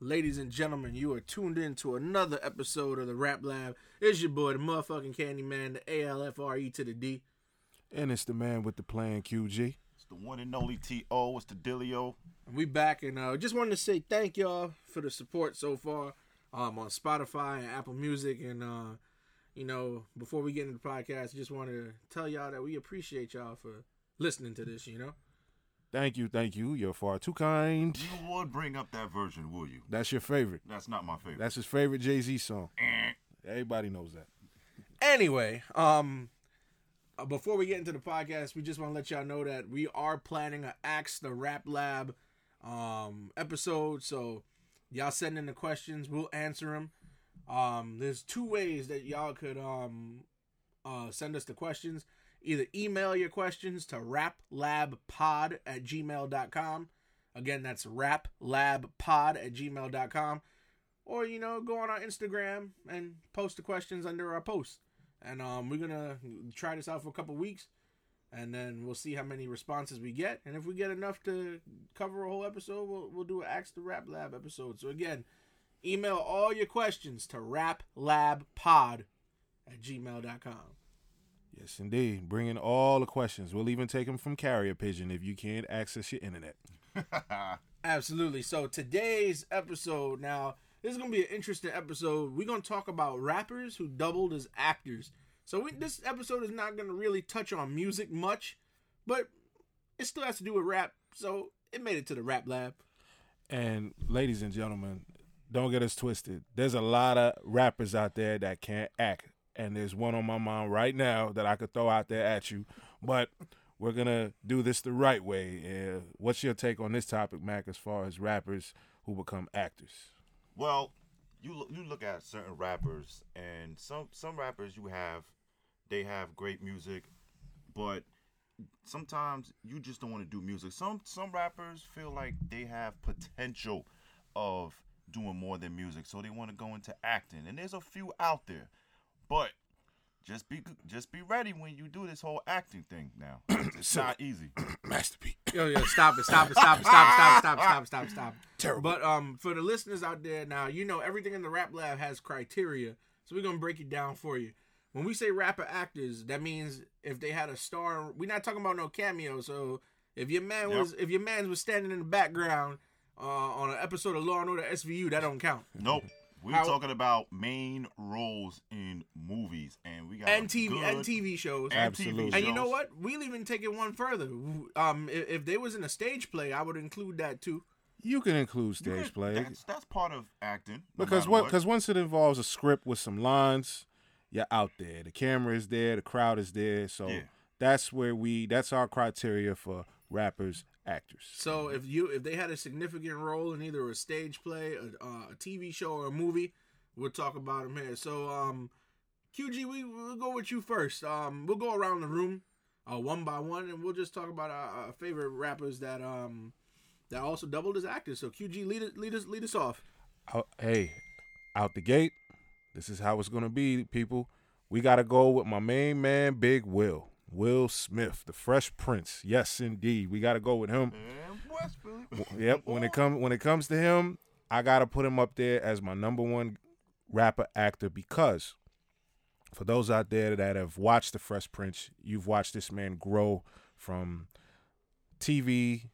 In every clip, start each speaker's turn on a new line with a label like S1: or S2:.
S1: Ladies and gentlemen, you are tuned in to another episode of the Rap Lab. It's your boy, the motherfucking Candyman, the ALFRE E to the D.
S2: And it's the man with the plan, QG.
S3: It's the one and only TO. It's the Dilio.
S1: And we back, and uh, just wanted to say thank y'all for the support so far um, on Spotify and Apple Music. And, uh, you know, before we get into the podcast, just wanted to tell y'all that we appreciate y'all for listening to this, you know?
S2: Thank you, thank you. You're far too kind.
S3: You would bring up that version, will you?
S2: That's your favorite.
S3: That's not my favorite.
S2: That's his favorite Jay Z song. Everybody knows that.
S1: Anyway, um, uh, before we get into the podcast, we just want to let y'all know that we are planning a Axe the Rap Lab um, episode. So y'all send in the questions, we'll answer them. Um, there's two ways that y'all could um, uh, send us the questions. Either email your questions to raplabpod at gmail.com. Again, that's raplabpod at gmail.com. Or, you know, go on our Instagram and post the questions under our post. And um, we're going to try this out for a couple weeks. And then we'll see how many responses we get. And if we get enough to cover a whole episode, we'll, we'll do an Axe the Rap Lab episode. So, again, email all your questions to raplabpod at gmail.com.
S2: Yes, indeed. Bring in all the questions. We'll even take them from carrier pigeon if you can't access your internet.
S1: Absolutely. So today's episode now, this is gonna be an interesting episode. We're gonna talk about rappers who doubled as actors. So we, this episode is not gonna really touch on music much, but it still has to do with rap. So it made it to the rap lab.
S2: And ladies and gentlemen, don't get us twisted. There's a lot of rappers out there that can't act. And there's one on my mind right now that I could throw out there at you. But we're going to do this the right way. Uh, what's your take on this topic, Mac, as far as rappers who become actors?
S3: Well, you look, you look at certain rappers, and some some rappers you have, they have great music, but sometimes you just don't want to do music. Some some rappers feel like they have potential of doing more than music, so they want to go into acting. And there's a few out there, but just be just be ready when you do this whole acting thing. Now it's
S2: So-
S3: not easy.
S2: Masterpiece.
S1: Yo, yo, stop it, stop it, stop it, stop it, stop it, stop it, stop it, stop it, stop it.
S2: Terrible.
S1: But um, for the listeners out there now, you know everything in the rap lab has criteria, so we're gonna break it down for you. When we say rapper actors, that means if they had a star, we're not talking about no cameo. So if your man
S3: Yep.
S1: was if your man was standing in the background uh, on an episode of Law and Order SVU, that don't count.
S3: Nope. We're
S1: How-
S3: talking about main roles in movies, and we got
S1: And TV
S3: good-
S1: and TV shows.
S3: and TV
S2: Absolutely.
S1: And you
S3: shows.
S1: know what? We'll even take it one further. Um, if, if they was in a stage play, I would include that too.
S2: You can include
S3: You
S2: stage
S3: could-
S2: play.
S3: That's, that's part of acting. no
S2: Because
S3: matter
S2: what? Because once it involves a script with some lines, you're out there. The camera is there. The crowd is there. So
S3: Yeah.
S2: that's where we. That's our criteria for rappers, actors.
S3: Mm-hmm.
S1: So if you if they had a significant role in either a stage play, a, uh, a TV show, or a movie, we'll talk about them here. So um, QG, we we'll go with you first. Um, we'll go around the room, uh, one by one, and we'll just talk about our, our favorite rappers that um that also doubled as actors. So QG, lead us lead us lead us off.
S2: Out- hey, out the gate. This is how it's gonna be, people. We gotta go with my main man, Big Will. Will Smith, the Fresh Prince. Yes, indeed. We gotta go with him.
S3: And West Philly.
S2: Yep. When it comes when it comes to him, I gotta put him up there as my number one rapper actor because for those out there that have watched The Fresh Prince, you've watched this man grow from TV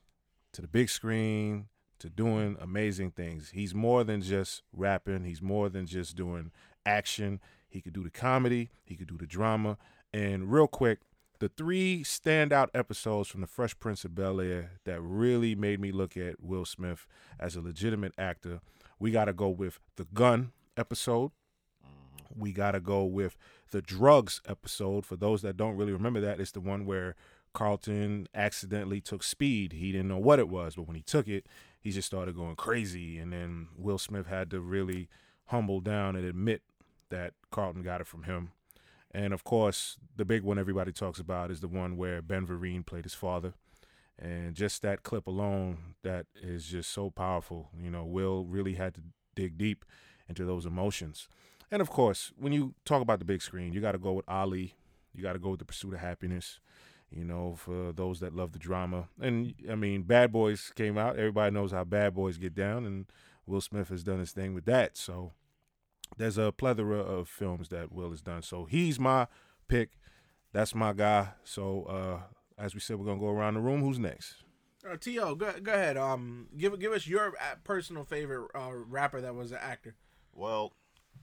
S2: to the big screen to doing amazing things. He's more than just rapping. He's more than just doing action. He could do the comedy. He could do the drama. And real quick, the three standout episodes from The Fresh Prince of Bel Air that really made me look at Will Smith as a legitimate actor. We got to go with the gun episode. We got to go with the drugs episode. For those that don't really remember that, it's the one where Carlton accidentally took speed. He didn't know what it was, but when he took it, he just started going crazy. And then Will Smith had to really humble down and admit that Carlton got it from him. And of course, the big one everybody talks about is the one where Ben Vereen played his father. And just that clip alone, that is just so powerful. You know, Will really had to dig deep into those emotions. And of course, when you talk about the big screen, you got to go with Ali. You got to go with The Pursuit of Happiness. You know, for those that love the drama. And I mean, Bad Boys came out. Everybody knows how Bad Boys get down. And Will Smith has done his thing with that. So there's a plethora of films that Will has done. So he's my pick. That's my guy. So uh, as we said, we're gonna go around the room. Who's next?
S1: Uh, T.O., go, go ahead. Um, give give us your uh, personal favorite uh, rapper that was an actor.
S3: Well,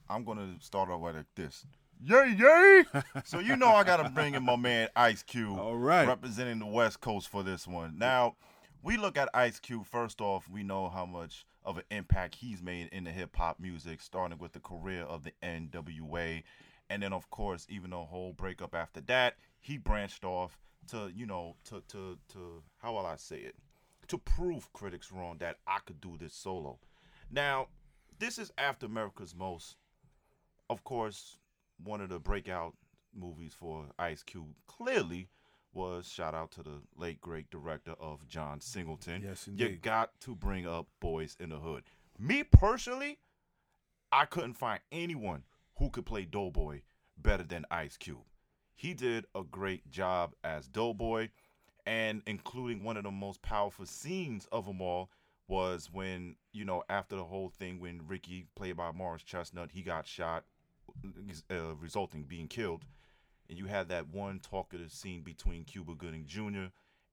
S3: I'm gonna start off with this. Yay, yay! so you know I gotta bring in my man Ice Cube.
S2: All right.
S3: Representing the West Coast for this one. Now, we look at Ice Cube, first off, we know how much of an impact he's made in the hip hop music, starting with the career of the NWA. And then of course, even the whole breakup after that, he branched off to, you know, to to to how will I say it? To prove critics wrong that I could do this solo. Now, this is after America's Most, of course, one of the breakout movies for Ice Cube clearly was shout out to the late great director of John Singleton.
S2: Yes,
S3: You
S2: indeed.
S3: got to bring up Boys in the Hood. Me personally, I couldn't find anyone who could play Doughboy better than Ice Cube. He did a great job as Doughboy, and including one of the most powerful scenes of them all was when, you know, after the whole thing when Ricky, played by Morris Chestnut, he got shot, uh, resulting being killed. And you had that one talkative scene between Cuba Gooding Jr.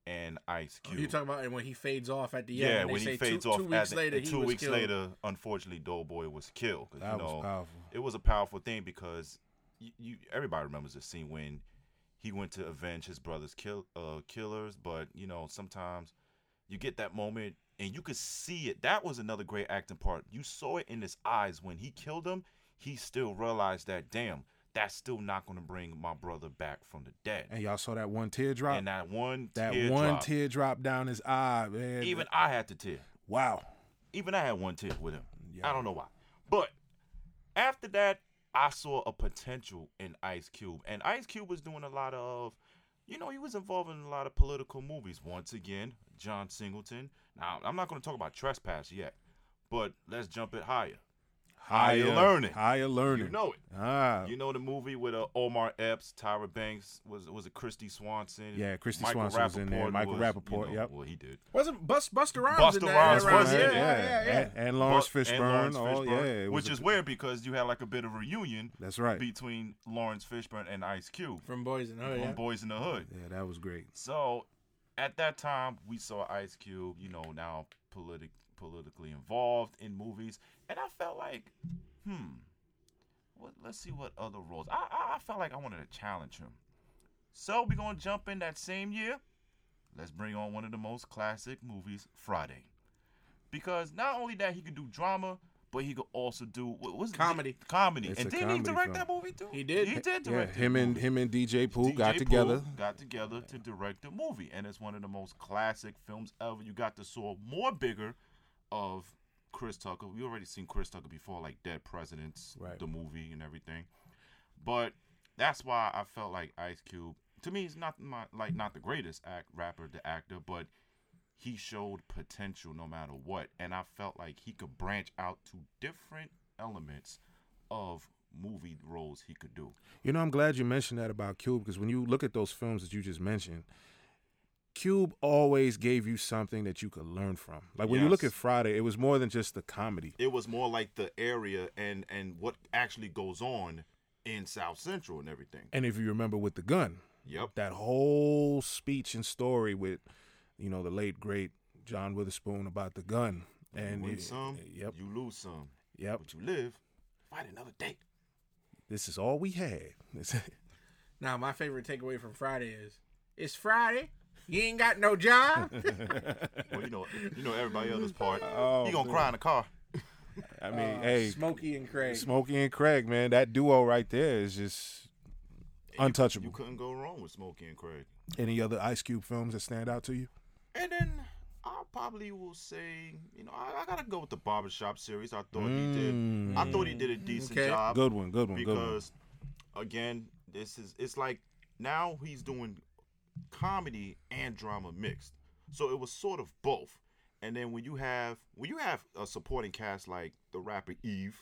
S3: and Ice Cube.
S1: Oh, You talking about and when he fades off at the
S3: Yeah,
S1: end? and they
S3: when
S1: say
S3: he fades
S1: two,
S3: off
S1: two
S3: at
S1: weeks
S3: the-
S1: later.
S3: and
S1: he
S3: two
S1: was
S3: weeks
S1: killed.
S3: later, unfortunately, Doughboy was killed. 'cause,
S2: That
S3: you
S2: was
S3: know,
S2: powerful.
S3: It was a powerful thing because you, you everybody remembers the scene when he went to avenge his brother's kill uh, killers, but you know sometimes you get that moment and you could see it. That was another great acting part. You saw it in his eyes when he killed him. He still realized that damn, that's still not going to bring my brother back from the dead.
S2: And y'all saw that one teardrop.
S3: And that one
S2: that
S3: teardrop,
S2: one teardrop down his eye, man.
S3: even I had to tear.
S2: wow.
S3: even I had one tear with him.
S2: Yeah.
S3: I don't know why. But after that, I saw a potential in Ice Cube. And Ice Cube was doing a lot of, you know, he was involved in a lot of political movies. Once again, John Singleton. Now, I'm not going to talk about Trespass yet, but let's jump it higher. Higher learning.
S2: Higher learning.
S3: You know it.
S2: Ah,
S3: You know the movie with uh, Omar Epps, Tyra Banks, was was it Christy Swanson?
S2: Yeah, Christy Swanson was in there. Michael Rappaport,
S3: you
S2: yep.
S3: Well, he did.
S1: Wasn't Bust Buster Rhymes
S3: Busta
S1: in that
S3: Rhymes
S1: around-
S3: was in
S1: yeah,
S3: it.
S1: yeah, yeah.
S2: And, and Lawrence
S3: But- and
S2: Fishburne.
S3: Lawrence
S2: Oh, yeah.
S3: Fishburne,
S2: it was
S3: which
S2: a-
S3: is weird because you had like a bit of reunion
S2: That's right.
S3: between Lawrence Fishburne and Ice Cube
S1: From Boys and Hood.
S3: on
S1: Yeah.
S3: Boys in the Hood.
S2: Yeah, that was great.
S3: So at that time, we saw Ice Cube, you know, now politic politically involved in movies, and I felt like, hmm, what, let's see what other roles. I, I I felt like I wanted to challenge him. So we're gonna jump in that same year. Let's bring on one of the most classic movies, Friday, because not only that he could do drama. But he could also do what was
S1: Comedy.
S3: Comedy,
S2: It's a
S3: and did he
S2: comedy
S3: direct
S2: film.
S3: that movie too?
S1: He did.
S3: He did direct
S2: Yeah,
S3: that
S2: him and
S3: movie.
S2: him and DJ Pooh
S3: DJ
S2: got
S3: Pooh
S2: together.
S3: got together to direct the movie, and it's one of the most classic films ever. You got to saw more bigger of Chris Tucker. We already seen Chris Tucker before, like Dead Presidents,
S2: Right.
S3: the movie and everything. But that's why I felt like Ice Cube. To me, he's not my, like not the greatest act rapper, the actor, but he showed potential no matter what, and I felt like he could branch out to different elements of movie roles he could do.
S2: You know, I'm glad you mentioned that about Cube because when you look at those films that you just mentioned, Cube always gave you something that you could learn from. Like when you look at
S3: Yes.
S2: Friday, it was more than just the comedy.
S3: it was more like the area and and what actually goes on in South Central and everything.
S2: And if you remember with the gun,
S3: Yep.
S2: that whole speech and story with, you know, the late great John Witherspoon about the gun. And
S3: you win
S2: it-
S3: some,
S2: yep,
S3: you lose some,
S2: yep.
S3: but you live. Fight another day.
S2: This is all we had.
S1: Now, my favorite takeaway from Friday is it's Friday. You ain't got no job.
S3: Well, you know, you know everybody else's part.
S2: Oh,
S3: you gonna
S2: man.
S3: cry in the car.
S2: I mean,
S3: Uh,
S2: hey,
S1: Smokey and Craig.
S2: Smokey and Craig, man, that duo right there is just untouchable.
S3: You couldn't go wrong with Smokey and Craig.
S2: Any other Ice Cube films that stand out to you?
S3: And then I probably will say, you know, I, I gotta go with the barbershop series. I thought he did. I thought he did a decent
S1: Okay.
S3: job.
S2: Mm, Good one, good one, good one.
S3: because again, this is it's like now he's doing comedy and drama mixed. So it was sort of both. And then when you have when you have a supporting cast like the rapper Eve,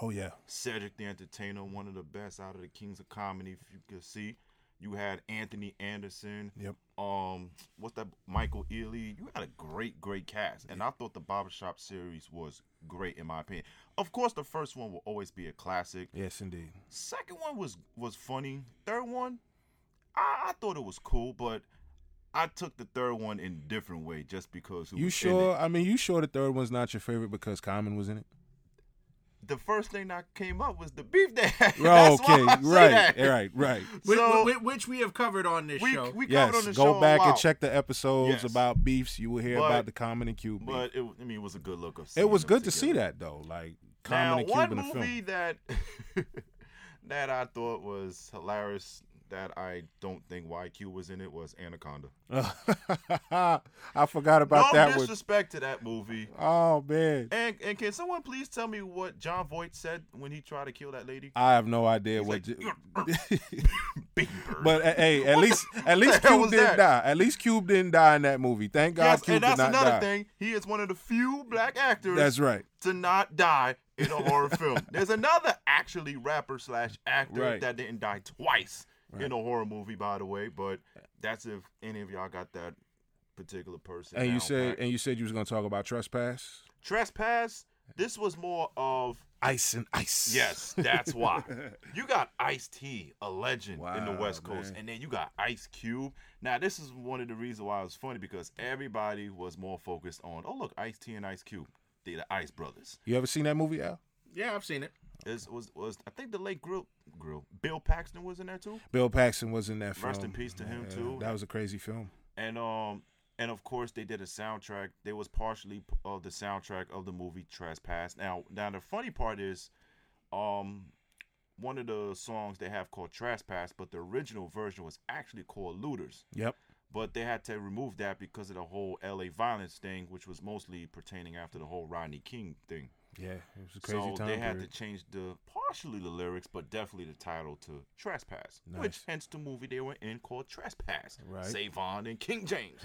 S2: Oh yeah,
S3: Cedric the Entertainer, one of the best out of the Kings of Comedy, if you could see. You had Anthony Anderson.
S2: Yep.
S3: Um, what's that? Michael Ealy. You had a great, great cast, and I thought the Barbershop series was great in my opinion. Of course, the first one will always be a classic.
S2: Yes, indeed.
S3: Second one was was funny. Third one, I, I thought it was cool, but I took the third one in a different way just because. it
S2: You
S3: was in it.
S2: sure? I mean, you sure the third one's not your favorite because Common was in it?
S3: The first thing that came up was the beef they had.
S2: Oh,
S3: That's why
S2: okay,
S3: I say
S2: right,
S3: that.
S2: right, right.
S1: Which,
S3: So
S1: which, which we have covered on this
S3: we,
S1: show.
S3: we covered on
S2: Yes,
S3: the show
S2: go
S3: a
S2: back and
S3: while,
S2: check the episodes
S3: Yes.
S2: about beefs. You will hear
S3: But-
S2: about the Common and Cube. beef.
S3: But it, I mean, it was a good look of.
S2: it
S3: seeing
S2: was
S3: them
S2: good to see
S3: together.
S2: that though, like Common and
S3: now,
S2: Cube in the
S3: one movie
S2: film.
S3: that that I thought was hilarious that I don't think YQ was in it was Anaconda.
S2: I forgot about
S3: no
S2: that one.
S3: disrespect to that movie.
S2: Oh man,
S3: And and can someone please tell me what John Voight said when he tried to kill that lady?
S2: I have no idea
S3: He's
S2: what.
S3: like,
S2: j-
S3: Big bird.
S2: But uh, hey, at least at least
S3: hell
S2: Cube
S3: was
S2: didn't
S3: that?
S2: die. At least Cube didn't die in that movie. Thank God
S3: yes,
S2: Cube
S3: and that's
S2: did not
S3: another
S2: die.
S3: thing. He is one of the few black actors
S2: That's right.
S3: to not die in a horror film. There's another actually rapper slash actor
S2: Right.
S3: that didn't die twice in a horror movie, by the way. But that's if any of y'all got that particular person.
S2: And you
S3: down
S2: said
S3: pat.
S2: and you said you was gonna talk about trespass.
S3: trespass. This was more of
S2: Ice and ice.
S3: yes, that's why you got Ice T, a legend in the
S2: Wow,
S3: West Coast,
S2: man.
S3: and then you got Ice Cube. Now this is one of the reasons why it was funny because everybody was more focused on oh look Ice T and Ice Cube, they the Ice Brothers.
S2: You ever seen that movie, Al?
S1: yeah, I've seen it.
S3: Is was was I think the late grill grill Bill Paxton was in there too,
S2: Bill Paxton was in that film.
S3: Rest in peace to him,
S2: Yeah,
S3: too.
S2: That was a crazy film.
S3: and um and of course they did a soundtrack. There was partially p- of the soundtrack of the movie Trespass. Now now the funny part is, um, one of the songs they have called Trespass, but the original version was actually called Looters.
S2: Yep.
S3: But they had to remove that because of the whole L.A. violence thing, which was mostly pertaining after the whole Rodney King thing.
S2: Yeah, it was a crazy
S3: so
S2: time.
S3: they had
S2: period.
S3: to change the partially the lyrics, but definitely the title to Trespass, which
S2: Nice.
S3: hence the movie they were in called Trespass.
S2: Right.
S3: Savon and King James.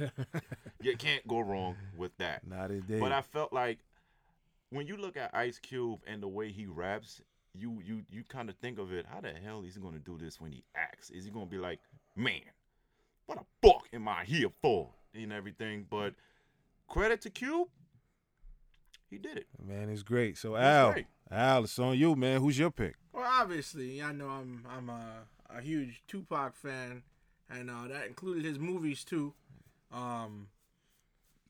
S3: you can't go wrong with that.
S2: Not a day.
S3: But I felt like when you look at Ice Cube and the way he raps, you you you kind of think of it. How the hell is he gonna do this when he acts? Is he gonna be like, man, what a fuck am I here for and everything? But credit to Cube, he did it.
S2: man, it's great. So Al,
S3: great.
S2: Al, it's on you, man. Who's your pick?
S1: Well, obviously, I know I'm I'm a, a huge Tupac fan, and uh, that included his movies too. Um,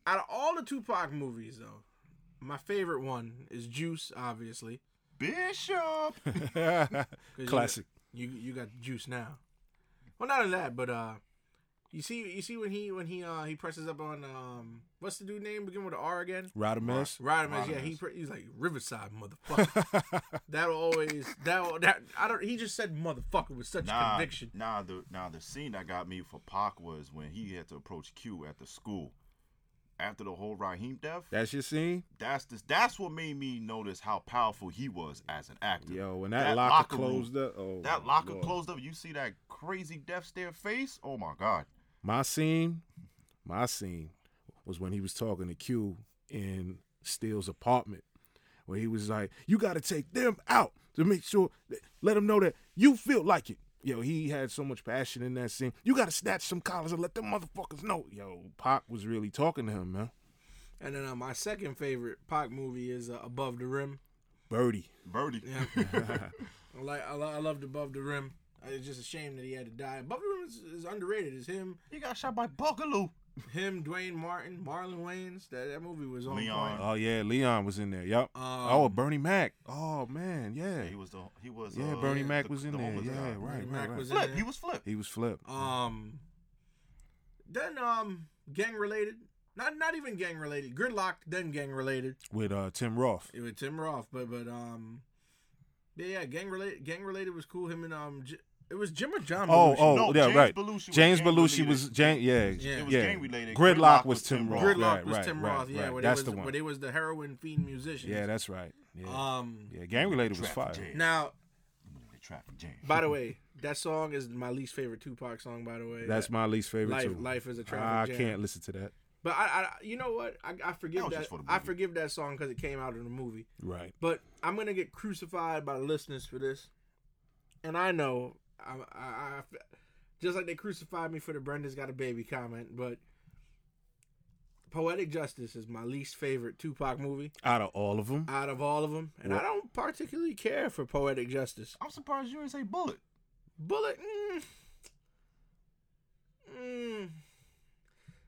S1: out of all the Tupac movies, though, my favorite one is Juice, obviously.
S3: Bishop.
S1: 'Cause you-
S2: Classic.
S1: You you got Juice now. Well, not only that, but uh, you see you see when he when he uh he presses up on um what's the dude name begin with a R again?
S2: Rodimus.
S1: Rodimus, yeah, he
S3: Rodimus.
S1: pre- he's like Riverside motherfucker. That'll always that that I don't. He just said motherfucker with such
S3: Nah,
S1: conviction.
S3: nah, the now the scene that got me for Pac was when he had to approach Q at the school. After the whole Raheem death,
S2: That's your scene.
S3: that's this, that's what made me notice how powerful he was as an actor.
S2: Yo, when that, locker,
S3: room-
S2: closed up. Oh,
S3: that
S2: my
S3: locker
S2: Lord.
S3: closed up, you see that crazy death stare face? Oh my god.
S2: My scene, my scene was when he was talking to Q in Steele's apartment, where he was like, "You got to take them out to make sure, that, let them know that you feel like it." Yo, he had so much passion in that scene. You got to snatch some collars and let them motherfuckers know. Yo, Pac was really talking to him, man.
S1: And then uh, my second favorite Pac movie is uh, Above the Rim.
S2: Birdie.
S3: Birdie.
S1: Yeah. I like I, lo- I loved Above the Rim. Uh, It's just a shame that he had to die. Above the Rim is, is underrated. It's him,
S3: he got shot by Buckaloo.
S1: him, Dwayne Martin, Marlon Wayans. That that movie was on
S3: Leon.
S1: point.
S2: Oh yeah, Leon was in there. Yep.
S1: Um,
S2: oh, Bernie Mac. Oh man, yeah.
S3: He was the he was
S2: Yeah,
S3: uh,
S2: Bernie
S3: the-
S2: Mac was in
S3: the
S2: there.
S3: homeless
S2: Yeah,
S3: guy.
S2: right,
S1: Bernie
S2: right,
S1: Mac
S2: right.
S1: was in
S3: Flip,
S1: there.
S3: he was flip.
S2: He was flipped.
S1: Um, then um, gang related. Not not even gang related. Gridlock, then gang related.
S2: with uh, Tim Roth.
S1: It was Tim Roth, but but um, yeah, yeah, gang related. Gang related was cool. Him and um, J- it was Jim or John.
S2: Oh,
S1: Belushi?
S2: oh,
S3: No,
S2: yeah,
S3: James
S2: right.
S3: Belushi was
S2: James
S3: gang
S2: Belushi
S3: related.
S2: was James. Yeah,
S1: Yeah.
S3: It was
S2: yeah.
S3: gang related.
S2: Gridlock, was, Tim Roth.
S1: Gridlock
S2: right,
S1: was
S2: right,
S1: Tim
S2: right,
S1: Roth. Yeah,
S2: right.
S1: where
S2: that's
S1: it was
S2: the one.
S1: where it was the heroin fiend musician.
S2: yeah, that's right. Yeah,
S1: um.
S2: yeah. Gang related was fire.
S3: Traffic jam.
S1: Now,
S3: Traffic jam.
S1: by the way, that song is my least favorite Tupac song. By the way,
S2: That's my least favorite
S1: life.
S2: too.
S1: Life is a
S2: I
S1: traffic jam.
S2: can't listen to that.
S1: But I, I, you know what? I, I
S3: That
S1: forgive
S3: was
S1: that.
S3: just for the
S1: I
S3: movie.
S1: forgive that song because it came out in the movie.
S2: Right.
S1: But I'm gonna get crucified by the listeners for this, and I know I, I, I Just like they crucified me for the Brenda's got a baby comment, but Poetic Justice is my least favorite Tupac movie
S2: Out of all of them,
S1: out of all of them, and I don't particularly care for Poetic Justice.
S3: I'm surprised you didn't say Bullet.
S1: Bullet. Mm, mm.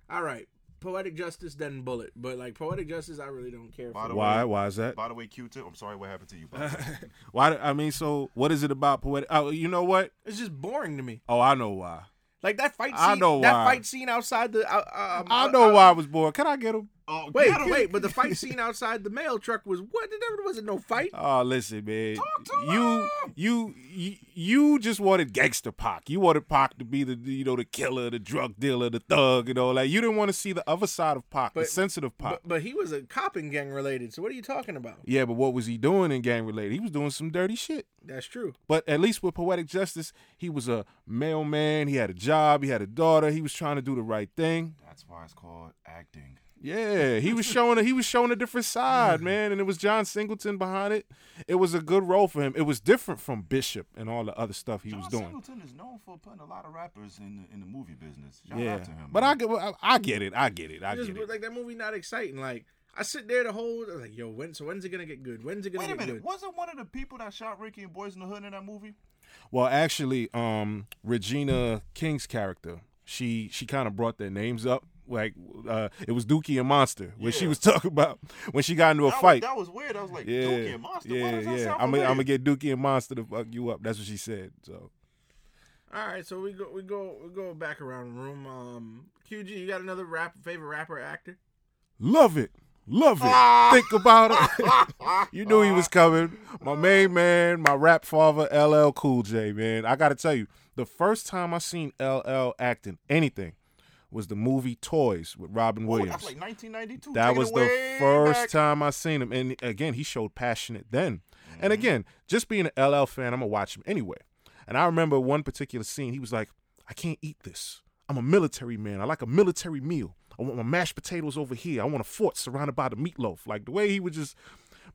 S1: All right, Poetic Justice then Bullet, but like Poetic Justice, I really don't care
S3: Why
S1: for.
S3: the-
S2: why? Why is that?
S3: By the way, Q-Tip, I'm sorry what happened to you. by the way.
S2: Why? do- I mean, so what is it about poetic? Oh, you know what?
S1: It's just boring to me.
S2: Oh, I know why.
S1: Like that fight. Scene,
S2: I know
S1: that
S2: why.
S1: fight scene outside the. Uh, uh,
S2: I
S1: uh,
S2: know
S1: uh,
S2: why I was bored. Can I get him?
S3: oh,
S1: Wait,
S3: get him.
S1: wait, but the fight scene outside the mail truck was what? There wasn't no fight.
S2: Oh, listen, man.
S3: Talk to
S2: you,
S3: him.
S2: you, you, you just wanted gangster Pac. You wanted Pac to be the, you know, the killer, the drug dealer, the thug, you know, like you didn't want to see the other side of Pac, the
S1: But-
S2: sensitive Pac.
S1: But, but he was a cop and gang related. So what are you talking about?
S2: yeah, but what was he doing in gang related? He was doing some dirty shit.
S1: That's true.
S2: But at least with poetic justice, he was a mailman. He had a job. He had a daughter. He was trying to do the right thing.
S3: That's why it's called acting.
S2: Yeah, he was showing a, he was showing a different side,
S3: Mm.
S2: man, and it was John Singleton behind it. It was a good role for him. It was different from Bishop and all the other stuff he
S3: John
S2: was doing.
S3: Singleton is known for putting a lot of rappers in the, in the movie business. Shout
S2: yeah,
S3: out to him.
S2: but I
S3: man.
S2: get I, I get it. I get it. I
S1: Just
S2: get it.
S1: like that movie not exciting. Like I sit there the whole I was like, yo, when so when's it gonna get good? When's it gonna
S3: Wait a
S1: get
S3: minute.
S1: good?
S3: Wasn't one of the people that shot Ricky and Boys in the Hood in that movie?
S2: Well, actually, um, Regina King's character, she she kind of brought their names up. Like uh, it was Dookie and Monster, where she
S3: Yeah.
S2: was talking about when she got into a
S3: That was-
S2: fight.
S3: that was weird. I was like,
S2: Yeah,
S3: Dookie and Monster. Why does that sound
S2: I'm gonna
S3: familiar?
S2: I'm get Dookie and Monster to fuck you up. That's what she said. So
S1: All right, so we go we go we go back around the room. Um, QG, you got another rap favorite rapper actor?
S2: love it, love it. Think about it. you knew he was coming. My main man, my rap father, LL Cool J. Man, I gotta tell you, the first time I seen LL acting anything was the movie Toys with Robin
S3: Ooh,
S2: Williams.
S3: that's like 1992.
S2: That
S3: Take it
S2: was the
S3: away
S2: first
S3: back.
S2: time I seen him. And again, he showed passionate then. And
S3: Mm-hmm.
S2: again, just being an LL fan, I'm going to watch him anyway. And I remember one particular scene, he was like, I can't eat this. I'm a military man. I like a military meal. I want my mashed potatoes over here. I want a fort surrounded by the meatloaf. Like the way he would just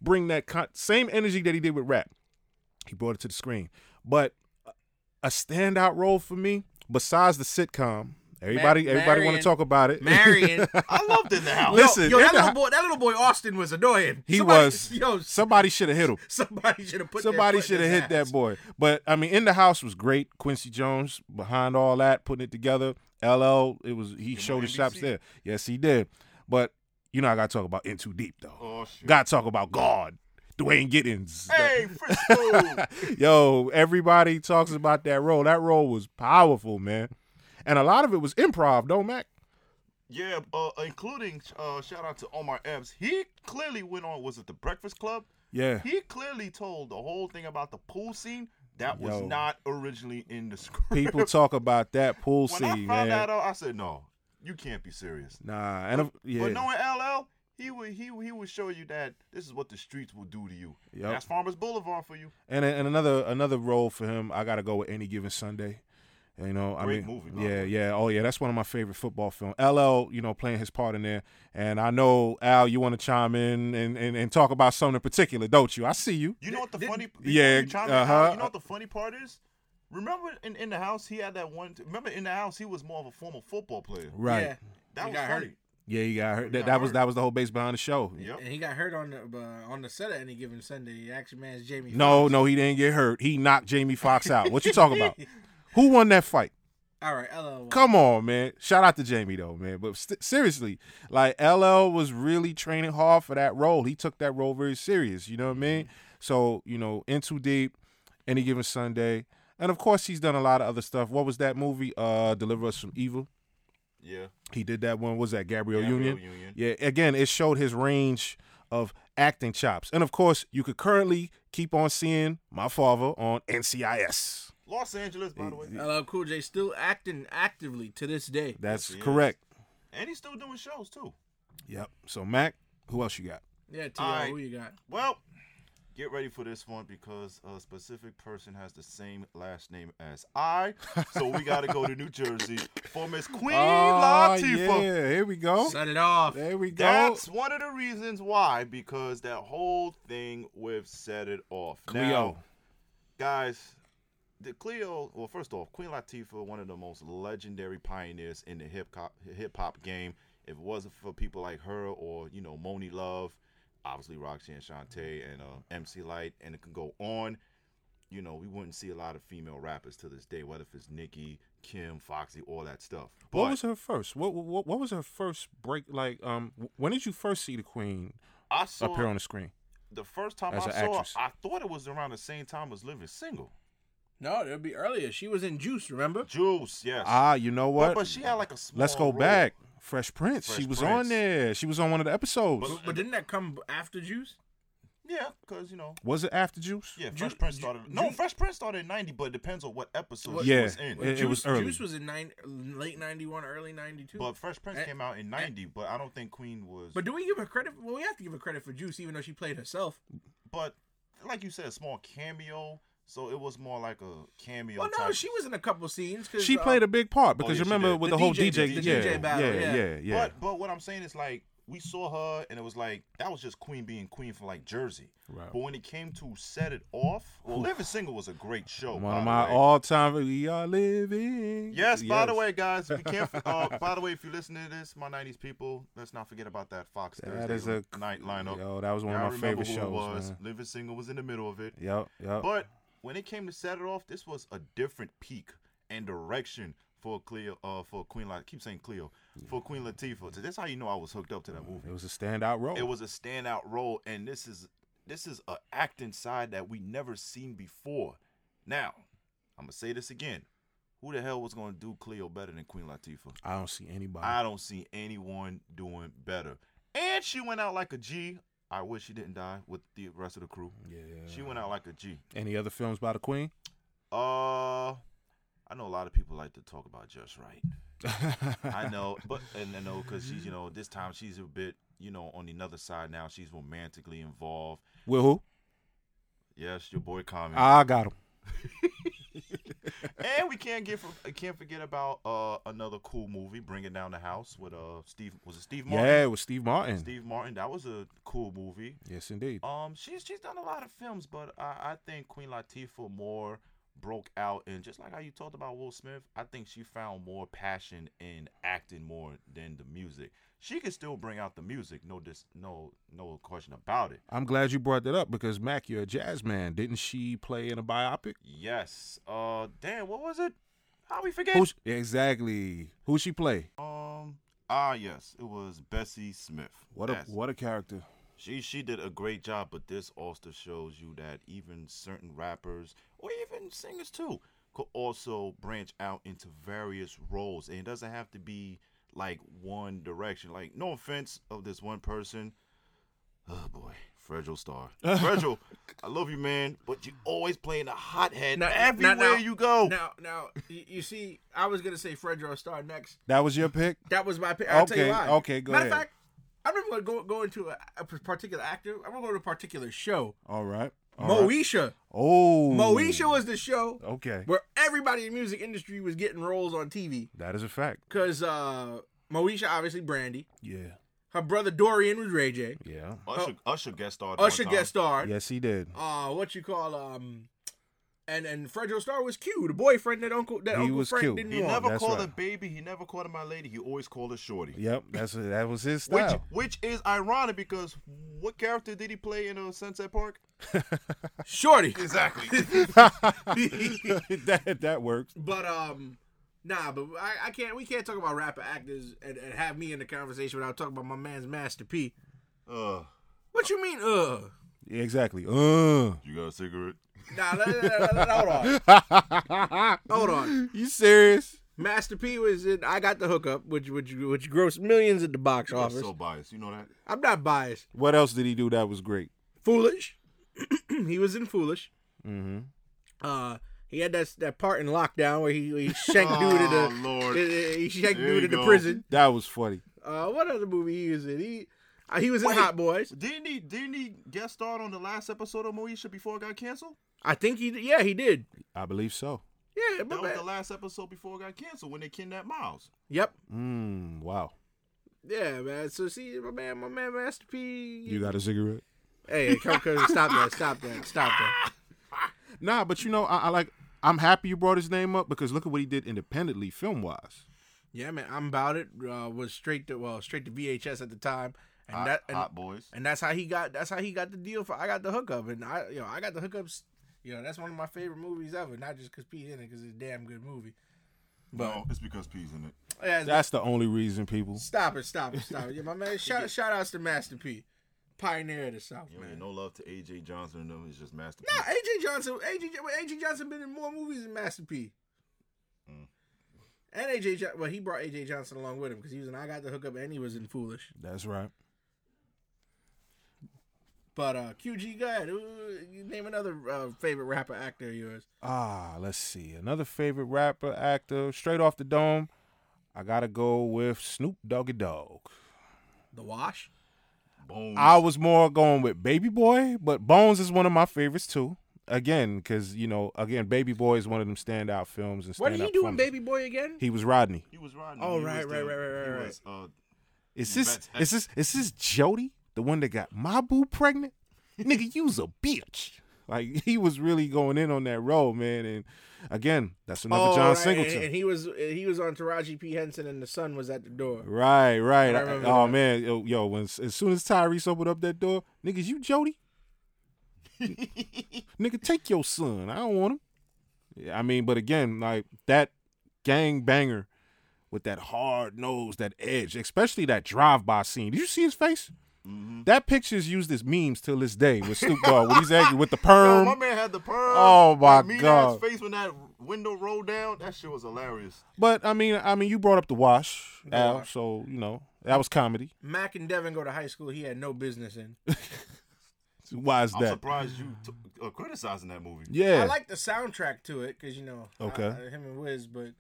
S2: bring that con- same energy that he did with rap, he brought it to the screen. But a standout role for me, besides the sitcom, everybody everybody want
S1: Marion.
S2: to talk about it.
S1: Marion.
S3: I loved in the house.
S2: Listen,
S1: Oh, yo, yo,
S2: in
S1: that
S2: the
S1: little
S2: hou-
S1: boy, that little boy Austin was annoying.
S2: He
S1: Somebody-
S2: was.
S1: Yo,
S2: Somebody should have hit him.
S1: somebody should have put. their
S2: Somebody
S1: foot in
S2: should have
S1: his
S2: hit that
S1: ass.
S2: boy. But I mean, in the house was great. Quincy Jones behind all that, putting it together. LL, it was he
S3: Come
S2: showed
S3: on,
S2: his chops
S3: NBC.
S2: there. Yes, he did. But you know, I gotta talk about In Too Deep though.
S3: Oh, shit.
S2: Gotta talk about God, Dwayne Giddens.
S3: Hey, Frisco.
S2: Yo, everybody talks about that role. That role was powerful, man. And a lot of it was improv, though, Mac.
S3: yeah, uh, including uh, shout out to Omar Epps. He clearly went on. Was it the Breakfast Club?
S2: Yeah.
S3: He clearly told the whole thing about the pool scene that was
S2: Yo.
S3: not originally in the script.
S2: People talk about that pool
S3: when
S2: scene,
S3: I found
S2: man.
S3: that out, I said, "No, you can't be serious."
S2: Nah, and of- yeah.
S3: But knowing LL, he would he would- he would show you that this is what the streets will do to you.
S2: Yep.
S3: That's Farmers Boulevard for you.
S2: And and another another role for him, I gotta go with any given Sunday. You know, I
S3: Great
S2: mean,
S3: movie, by the
S2: yeah, yeah, oh yeah, that's one of my favorite football films. LL, you know, playing his part in there, and I know Al, you want to chime in and, and, and talk about something in particular, don't you? I see you.
S3: You know what the
S1: Did-
S3: funny?
S2: Yeah,
S3: you, chime in,
S2: uh-huh.
S3: Howard, you know what the funny part is? Remember in, in the house he had that one. Remember in the house he was more of a former football player.
S2: Right.
S1: Yeah,
S2: Yeah,
S3: That
S1: He
S3: was
S1: got
S3: funny.
S1: hurt.
S2: you got hurt. That,
S3: got
S2: that was
S3: hurt.
S2: that was the whole base behind the show.
S3: Yep.
S1: and he got hurt on the uh, on the set at any given Sunday. He Action man's Jamie.
S2: No,
S1: Foxx.
S2: no, he didn't get hurt. He knocked Jamie Foxx out. What you talking about? Who won that fight?
S1: All right, LL.
S2: Come on, man. Shout out to Jamie though, man. But st- seriously, like LL was really training hard for that role. He took that role very serious. You know what I
S3: Mm-hmm.
S2: mean? So you know, in too deep, any given Sunday, and of course he's done a lot of other stuff. What was that movie? Uh, Deliver Us from Evil.
S3: Yeah.
S2: He did that one. What Was that Gabriel,
S3: Gabriel
S2: Union?
S3: Union.
S2: Yeah. Again, it showed his range of acting chops, and of course you could currently keep on seeing my father on NCIS.
S3: Los Angeles, by the way,
S1: LL Cool J still acting actively to this day.
S2: That's
S3: Yes, he is.
S2: correct.
S3: and he's still doing shows too.
S2: Yep. So Mac, who else you got?
S1: Yeah, T.O.,
S3: All right.
S1: who you got?
S3: Well, get ready for this one because a specific person has the same last name as I, so we got to go to New Jersey for Miss Queen
S2: Ah,
S3: Latifah.
S2: Yeah, here we go.
S1: Set it off.
S2: There we go.
S3: That's one of the reasons why, because that whole thing with set it off.
S2: Cleo.
S3: Now, guys, the Cleo, well, first off, Queen Latifah, one of the most legendary pioneers in the hip hop hip hop game. If it wasn't for people like her or you know Moni Love, obviously Roxanne Shante and uh, MC Light, and it can go on. You know, we wouldn't see a lot of female rappers to this day, whether if it's Nicki, Kim, Foxy, all that stuff. But
S2: What was her first? What, what what was her first break? Like, um, wh- when did you first see the Queen
S3: I saw
S2: appear on the screen?
S3: the first time I
S2: as
S3: saw,
S2: an actress?
S3: her, I thought it was around the same time as Living Single.
S1: No, it'll be earlier. She was in Juice, remember?
S3: Juice, yes.
S2: Ah, you know
S3: but,
S2: what?
S3: but she had like a small.
S2: Let's go
S3: role.
S2: back. Fresh Prince. she
S3: Fresh
S2: was on
S3: Prince.
S2: there. She was on one of the episodes.
S1: But, but didn't that come after Juice?
S3: Yeah, because you know.
S2: was it after Juice?
S3: Yeah,
S1: Ju-
S3: Fresh Prince
S1: Ju-
S3: started.
S1: Ju-
S3: no, Fresh Prince started in '90, but it depends on what episode
S1: What-
S3: she
S2: Yeah,
S3: was in.
S2: it-
S1: Juice,
S2: was early.
S1: Juice was in nine, late '91, early '92.
S3: but Fresh Prince
S1: Eh,
S3: came out in '90, but I don't think Queen was. But,
S1: But do we give her credit? Well, we have to give her credit for Juice, even though she played herself.
S3: like you said, a small cameo, so it was more like a cameo.
S1: Well, no,
S3: type.
S1: she was in a couple scenes. 'cause,
S2: She
S1: uh,
S2: played a big part because
S3: um, oh, yeah, she
S2: remember
S3: did.
S2: with
S1: The
S2: the, whole
S1: DJ
S2: DJ,
S1: the
S2: yeah,
S1: DJ battle,
S2: yeah,
S1: yeah.
S2: yeah, yeah.
S3: But but what I'm saying is like we saw her, and it was like that was just Queen being Queen for like Jersey.
S2: Right.
S3: But when it came to Set It Off, well, Living Single was a great show.
S2: one
S3: by
S2: of
S3: the
S2: my
S3: way.
S2: all time. We are living.
S3: Yes, by the way, guys, we can't. Uh, by the way, if you listen to this, my '90s people, let's not forget about that Fox
S2: that
S3: Thursday
S2: is a
S3: night lineup.
S2: Yo, that was one
S3: Y'all
S2: of my
S3: remember
S2: favorite
S3: who it
S2: shows.
S3: Was.
S2: man.
S3: Living Single was in the middle of it.
S2: Yep, yep.
S3: But when it came to set it off, this was a different peak and direction for Cleo, uh, for Queen. La- I keep saying Cleo, for Queen Latifah. So that's how you know I was hooked up to that movie.
S2: it was a standout role.
S3: It was a standout role, and this is this is a acting side that we never seen before. Now, I'm gonna say this again: Who the hell was gonna do Cleo better than Queen Latifah?
S2: I don't see anybody.
S3: I don't see anyone doing better. And she went out like a G. I wish she didn't die with the rest of the crew.
S2: yeah.
S3: She went out like a G.
S2: Any other films by the Queen?
S3: Uh, I know a lot of people like to talk about Just Right. I know, but and I know because she's you know this time she's a bit you know on the other side now. She's romantically involved.
S2: With who?
S3: Yes, your boy Common.
S2: I got him.
S3: and we can't get for, I can't forget about uh another cool movie, Bringing Down the House with uh Steve was it Steve Martin?
S2: Yeah, it was Steve Martin.
S3: Steve Martin. That was a cool movie.
S2: Yes, indeed.
S3: Um, she's she's done a lot of films, but I, I think Queen Latifah more broke out, and just like how you talked about Will Smith, I think she found more passion in acting more than the music. She can still bring out the music, no dis, no no question about it.
S2: I'm glad you brought that up because Mac, you're a jazz man. Didn't she play in a biopic?
S3: Yes. Uh, damn, what was it? How we forget?
S2: Who sh- exactly. Who she play?
S3: um, ah, yes, it was Bessie Smith.
S2: What a
S3: Yes.
S2: what a character.
S3: She she did a great job, but this also shows you that even certain rappers or even singers too could also branch out into various roles, and it doesn't have to be like one direction. Like no offense of this one person, oh boy, Fragile Star, Fragile, I love you, man, but you always playing a hothead
S1: Now- now-
S3: everywhere
S1: now-
S3: you go.
S1: Now, now, you, you see, I was gonna say Fredro Star next.
S2: That was your pick?
S1: That was my pick. I'll tell
S2: Okay,
S1: you why.
S2: okay, go
S1: Matter
S2: ahead.
S1: of fact, I'm not gonna go go into a, a particular actor. I'm gonna go to a particular show.
S2: All right. all right.
S1: Moesha.
S2: Oh.
S1: Moesha was the show
S2: Okay.
S1: where everybody in the music industry was getting roles on TV.
S2: That is a fact.
S1: Cause uh, Moesha obviously Brandy.
S2: Yeah.
S1: Her brother Dorian was Ray J.
S2: Yeah.
S3: Usher, Usher guest starred.
S1: Usher
S3: one time.
S1: guest starred.
S2: Yes, he did.
S1: Uh, what you call um, and and Fredro Star was Q, the boyfriend that Uncle that
S2: He
S1: Uncle
S2: was
S1: Frank
S2: Q.
S1: didn't
S3: He
S1: want.
S3: never
S2: That's
S3: called
S2: right.
S3: her baby. He never called her my lady. He always called her shorty.
S2: Yep. That's that was his
S3: Which
S2: style.
S3: which is ironic because what character did he play in uh, Sunset Park?
S1: Shorty.
S3: Exactly.
S2: that that works.
S1: But um, nah, but I, I can't. We can't talk about rapper actors and, and have me in the conversation without talking about my man's Master P.
S3: uh,
S1: What you mean? Uh,
S2: Yeah, exactly. Uh.
S3: you got a cigarette?
S1: nah, la- la- la- la- hold on, hold on.
S2: You serious?
S1: Master P was in I Got the Hookup, which which which grossed millions at the box
S3: I'm
S1: office.
S3: so biased. You know that.
S1: I'm not biased.
S2: What else did he do that was great?
S1: Foolish, he was in Foolish.
S2: Mm-hmm.
S1: Uh, he had that that part in Lockdown where he, he shanked dude in
S3: Oh,
S1: the
S3: Lord.
S1: he shanked
S3: There
S1: dude
S3: you
S1: in the
S3: go.
S1: prison.
S2: That was funny.
S1: Uh, what other movie he was in? He uh, he was in
S3: Wait.
S1: Hot Boys.
S3: Didn't he? Didn't he guest starred on the last episode of Moesha before it got canceled?
S1: I think he. Yeah, he did.
S2: I believe so.
S1: Yeah,
S3: That
S1: but
S3: was the last episode before it got canceled when they kidnapped Miles.
S1: yep.
S2: Mm, wow.
S1: Yeah, man. So see, my man, my man, Master P.
S2: You got a cigarette?
S1: Hey, come, come, stop that! Stop that! Stop that!
S2: Nah, but you know, I, I like I I'm happy you brought his name up because look at what he did independently, film wise.
S1: Yeah, man, I'm about it. Uh, was straight to well, straight to VHS at the time, and
S3: hot,
S1: that and,
S3: hot boys.
S1: and that's how he got that's how he got the deal for I got the hookup, and I you know I got the hookups. You know that's one of my favorite movies ever, not just because Pete in it, because it's a damn good movie. But
S3: no, Oh, it's because P's in it.
S1: yeah, it's-
S2: That's the only reason, people.
S1: stop it, stop it, stop it. Yeah, my man, shout shout outs to Master P, pioneer of the South,
S3: You know,
S1: man.
S3: no love to AJ Johnson and them. It's just masterpiece.
S1: Nah, AJ Johnson, AJ Jo- AJ Johnson been in more movies than Master P.
S3: Mm.
S1: And AJ, Jo- well, he brought AJ Johnson along with him because he was in I Got the Hookup and he was in Foolish.
S2: That's right.
S1: But uh, QG, go ahead. Who- you Name another uh, favorite rapper actor of yours.
S2: Ah, let's see. Another favorite rapper, actor, straight off the dome. I gotta go with Snoop Doggy Dogg.
S1: The Wash.
S3: Bones.
S2: I was more going with Baby Boy, but Bones is one of my favorites too. Again, because you know, again, Baby Boy is one of them standout films and standout
S1: What are you doing,
S2: films.
S1: Baby Boy again?
S2: He was Rodney.
S3: he was riding.
S1: Oh,
S3: He
S1: right,
S3: was
S1: right,
S3: the-
S1: right, right,
S3: he
S1: right,
S3: was, uh,
S2: Is this
S3: That's-
S2: is this is this Jody, the one that got my boo pregnant? Nigga, you's a bitch. Like he was really going in on that role, man. And again, that's another John
S1: Oh, right,
S2: Singleton.
S1: And, and he was he was on Taraji P Henson, and the sun was at the door.
S2: Right, right.
S1: I
S2: I-
S1: remember
S2: oh
S1: that.
S2: man, yo, yo, when as soon as Tyrese opened up that door, niggas, you Jody. Nigga, take your son. I don't want him. Yeah, I mean, but again, like that gang banger with that hard nose, that edge, especially that drive by scene. Did you see his face?
S1: Mm-hmm.
S2: That picture is used as memes till this day with Snoop Dogg when he's angry with the
S3: Yo,
S2: perm.
S3: my man had the perm.
S2: Oh, my
S3: That mean
S2: God.
S3: Ass face when that window rolled down. That shit was hilarious.
S2: but I mean, I mean, you brought up the wash,
S1: The
S2: Al,
S1: Wash.
S2: so you know that was comedy.
S1: Mac and Devin go to high school. He had no business in.
S2: Why is
S3: I'm
S2: that?
S3: surprised you t- uh, criticizing that movie.
S2: Yeah,
S1: I like the soundtrack to it because you know, I-
S2: Okay.
S1: I- him and Wiz, but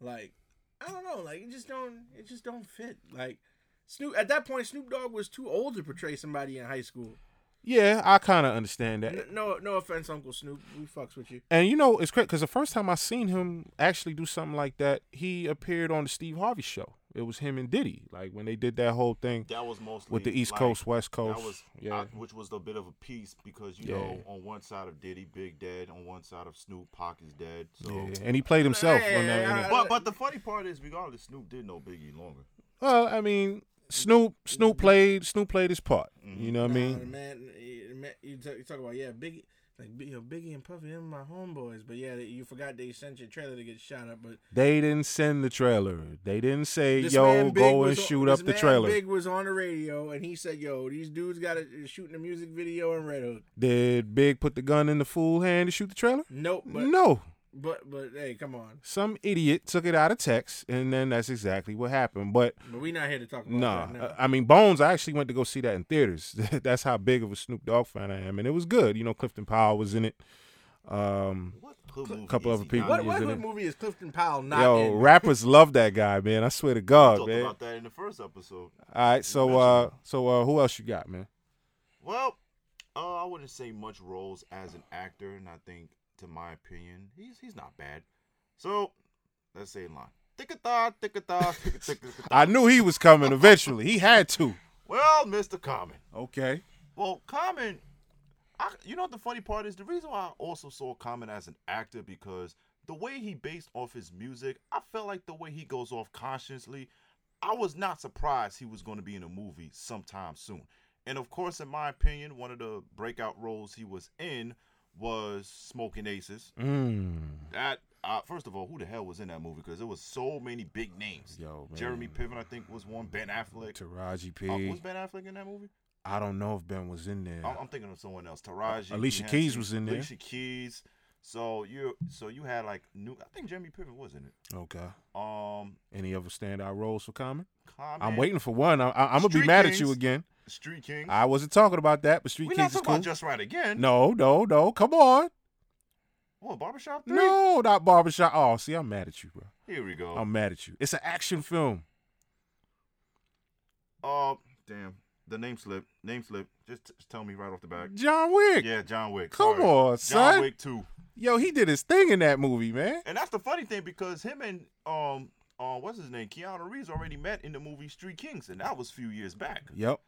S1: like, I don't know, like it just don't, it just don't fit. Like Snoop at that point, Snoop Dogg was too old to portray somebody in high school.
S2: yeah, I kind of understand that.
S1: N- No, no offense, Uncle Snoop, we fucks with you.
S2: And you know, it's great because the first time I seen him actually do something like that, he appeared on the Steve Harvey show. It was him and Diddy, like when they did that whole thing
S3: That was mostly
S2: with the East
S3: like,
S2: Coast, West Coast.
S3: That was
S2: yeah,
S3: I- which was a bit of a piece because you
S2: Yeah.
S3: know on one side of Diddy, Big dead, on one side of Snoop, Pac is dead. So,
S1: Oh.
S2: yeah. And he played himself.
S1: Hey,
S2: on that,
S1: I-
S2: in that.
S3: but but the funny part is, regardless, Snoop did know Biggie longer.
S2: well, I mean, Snoop Snoop played Snoop played his part. You know what I
S1: Mm-hmm. Nah,
S2: mean?
S1: man, eh, man, you talk, you talk about yeah, Biggie, like you know, Biggie and Puffy, them my homeboys, but yeah, they, you forgot they sent your trailer to get shot up, but
S2: They didn't send the trailer. They didn't say,
S1: This
S2: "Yo,
S1: man Big
S2: go and
S1: was on-
S2: shoot
S1: this
S2: up the
S1: man
S2: trailer."
S1: Big was on the radio and he said, "Yo, these dudes uh, got to shooting a music video in Red Hook."
S2: Did Big put the gun in the fool hand to shoot the trailer?
S1: Nope, but
S2: no.
S1: but but hey, come on.
S2: Some idiot took it out of text, and then that's exactly what happened. But
S1: But we not here to talk about
S2: No,
S1: that. now.
S2: I I mean Bones. I actually went to go see that in theaters. That's how big of a Snoop Dogg fan I am, and it was good. You know, Clifton Powell was in it. Um,
S3: What hood movie
S2: couple
S3: is
S2: other
S3: he
S2: people
S3: not
S1: what
S3: in?
S2: using
S1: what
S2: it.
S1: hood movie is Clifton Powell not
S2: yo,
S1: in?
S2: rappers love that guy, man. I swear to
S3: We
S2: God,
S3: talked
S2: man.
S3: about that in the first episode.
S2: All right, so uh, so uh, who else you got, man?
S3: Well, uh, I wouldn't say much roles as an actor, and I think, to my opinion, he's he's not bad. So let's say in line. Tick-a-thaw, tick-a-thaw, tick-a-tick-a-thaw.
S2: I knew he was coming eventually. He had to.
S3: Well, Mr. Common.
S2: Okay.
S3: Well, Common, I, you know what the funny part is? The reason why I also saw Common as an actor because the way he based off his music, I felt like the way he goes off consciously, I was not surprised he was going to be in a movie sometime soon. And of course, in my opinion, one of the breakout roles he was in was Smoking Aces.
S2: Mm.
S3: That, uh, first of all, who the hell was in that movie? Because there was so many big names.
S2: Yo, man.
S3: Jeremy Piven, I think, was one. Ben Affleck.
S2: Taraji
S3: Uh,
S2: P.
S3: was Ben Affleck in that movie?
S2: I don't know if Ben was in there.
S3: I'm, I'm thinking of someone else. Taraji.
S2: Alicia
S3: Johansson,
S2: Keys was in there.
S3: Alicia Keys. So you, so you had like new. I think Jeremy Piven was in it.
S2: Okay.
S3: Um,
S2: Any other standout roles for Common?
S3: comment,
S2: I'm waiting for one. I, I, I'm gonna be
S3: Street
S2: mad at
S3: Kings.
S2: you again.
S3: Street King.
S2: I wasn't talking about that, but Street
S3: We're not
S2: Kings is
S3: talking
S2: cool.
S3: about Just Right again.
S2: No, no, no. Come on.
S3: What Barbershop? Three?
S2: No, Um, not Barbershop. Oh, see, I'm mad at you, bro.
S3: Here we go.
S2: I'm mad at you. It's an action film.
S3: uh, damn. The name slip. Name slip. Just, t- just tell me right off the back.
S2: John Wick.
S3: Yeah, John Wick.
S2: Come
S3: Sorry.
S2: on,
S3: John
S2: son.
S3: Wick two.
S2: Yo, he did his thing in that movie, man.
S3: And that's the funny thing because him and um, uh, what's his name? Keanu Reeves already met in the movie Street Kings, and that was a few years back.
S2: Yep.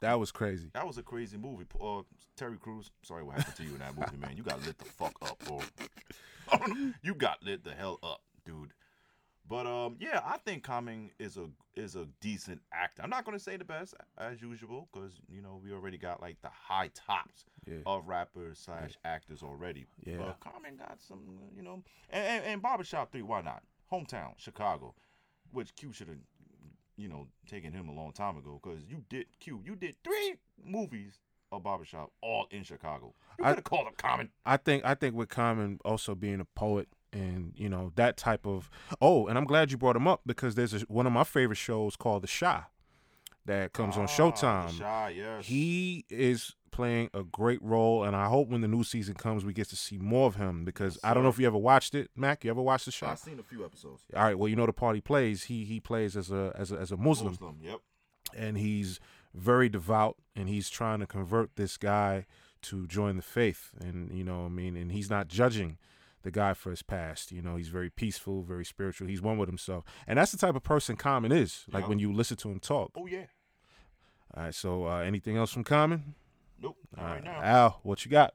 S2: That was crazy.
S3: That was a crazy movie. P- Uh, Terry Crews. Sorry, what happened to you in that movie, man? You got lit the fuck up, bro. you got lit the hell up, dude. But um, yeah, I think Coming is a is a decent actor. I'm not gonna say the best as usual, cause you know we already got like the high tops
S2: Yeah.
S3: of rappers slash actors already.
S2: Yeah.
S3: But Common got some, you know, and, and, and Barbershop Three. Why not? Hometown, Chicago, which Q should have, you know, taken him a long time ago. Cause you did Q, you did three movies of Barbershop all in Chicago. You
S2: I-
S3: could have called him Common.
S2: I think I think with Common also being a poet and you know that type of oh, and I'm glad you brought him up because there's a, one of my favorite shows called The Shy that comes on
S3: Ah,
S2: Showtime.
S3: The Shy, yes.
S2: He is playing a great role, and I hope when the new season comes, we get to see more of him because I don't know if you ever watched it, Mac. You ever watched The Shy?
S3: I've seen a few episodes.
S2: All right. Well, you know the part he plays. He he plays as a as a, as a Muslim,
S3: Muslim, yep.
S2: and he's very devout and he's trying to convert this guy to join the faith and you know what i mean and he's not judging the guy for his past you know he's very peaceful very spiritual he's one with himself and that's the type of person common is like
S3: Yeah.
S2: when you listen to him talk
S3: Oh yeah.
S2: all right so uh, anything else from common
S3: Nope. All
S2: all right
S3: right now.
S2: al what you got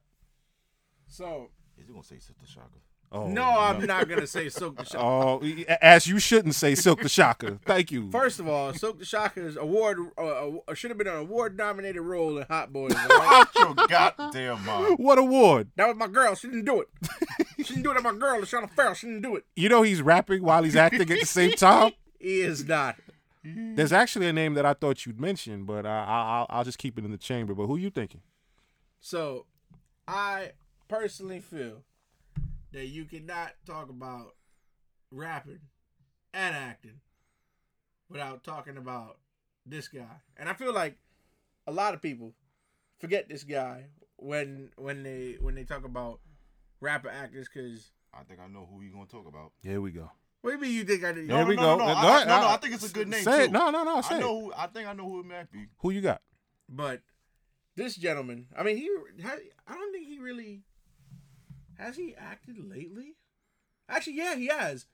S1: So
S3: Is he gonna say Sister Shaka?
S2: oh
S1: no, I'm not gonna say Silk the Shocker.
S2: oh as you shouldn't say silk the shocker thank you
S1: First of all, Silk the Shocker's award uh, uh, should have been an award-nominated role in Hot Boys. all right?
S3: Out your goddamn mind.
S2: what award
S1: that was my girl. She didn't do it. She didn't do it. That my girl, Shana Farrell. She didn't do it.
S2: you know he's rapping while he's acting at the same time
S1: He is not.
S2: There's actually a name that I thought you'd mention, but uh, I'll, I'll just keep it in the chamber. But who you thinking?
S1: So, I personally feel that you cannot talk about rapping and acting without talking about this guy. And I feel like a lot of people forget this guy when when they when they talk about rapper actors because
S3: I think I know who you gonna talk about.
S2: Here we go.
S1: what do you mean you think I did?
S2: Here
S3: no,
S2: we
S3: no,
S2: go.
S3: no, no. I-
S2: ahead.
S3: no, no, I think it's a good name,
S2: Say it.
S3: too.
S2: No, no, no. Say
S3: I
S2: it.
S3: know. Who, I think I know who it might be.
S2: Who you got?
S1: But this gentleman, I mean, he I don't think he really has he acted lately. Actually, yeah, he has.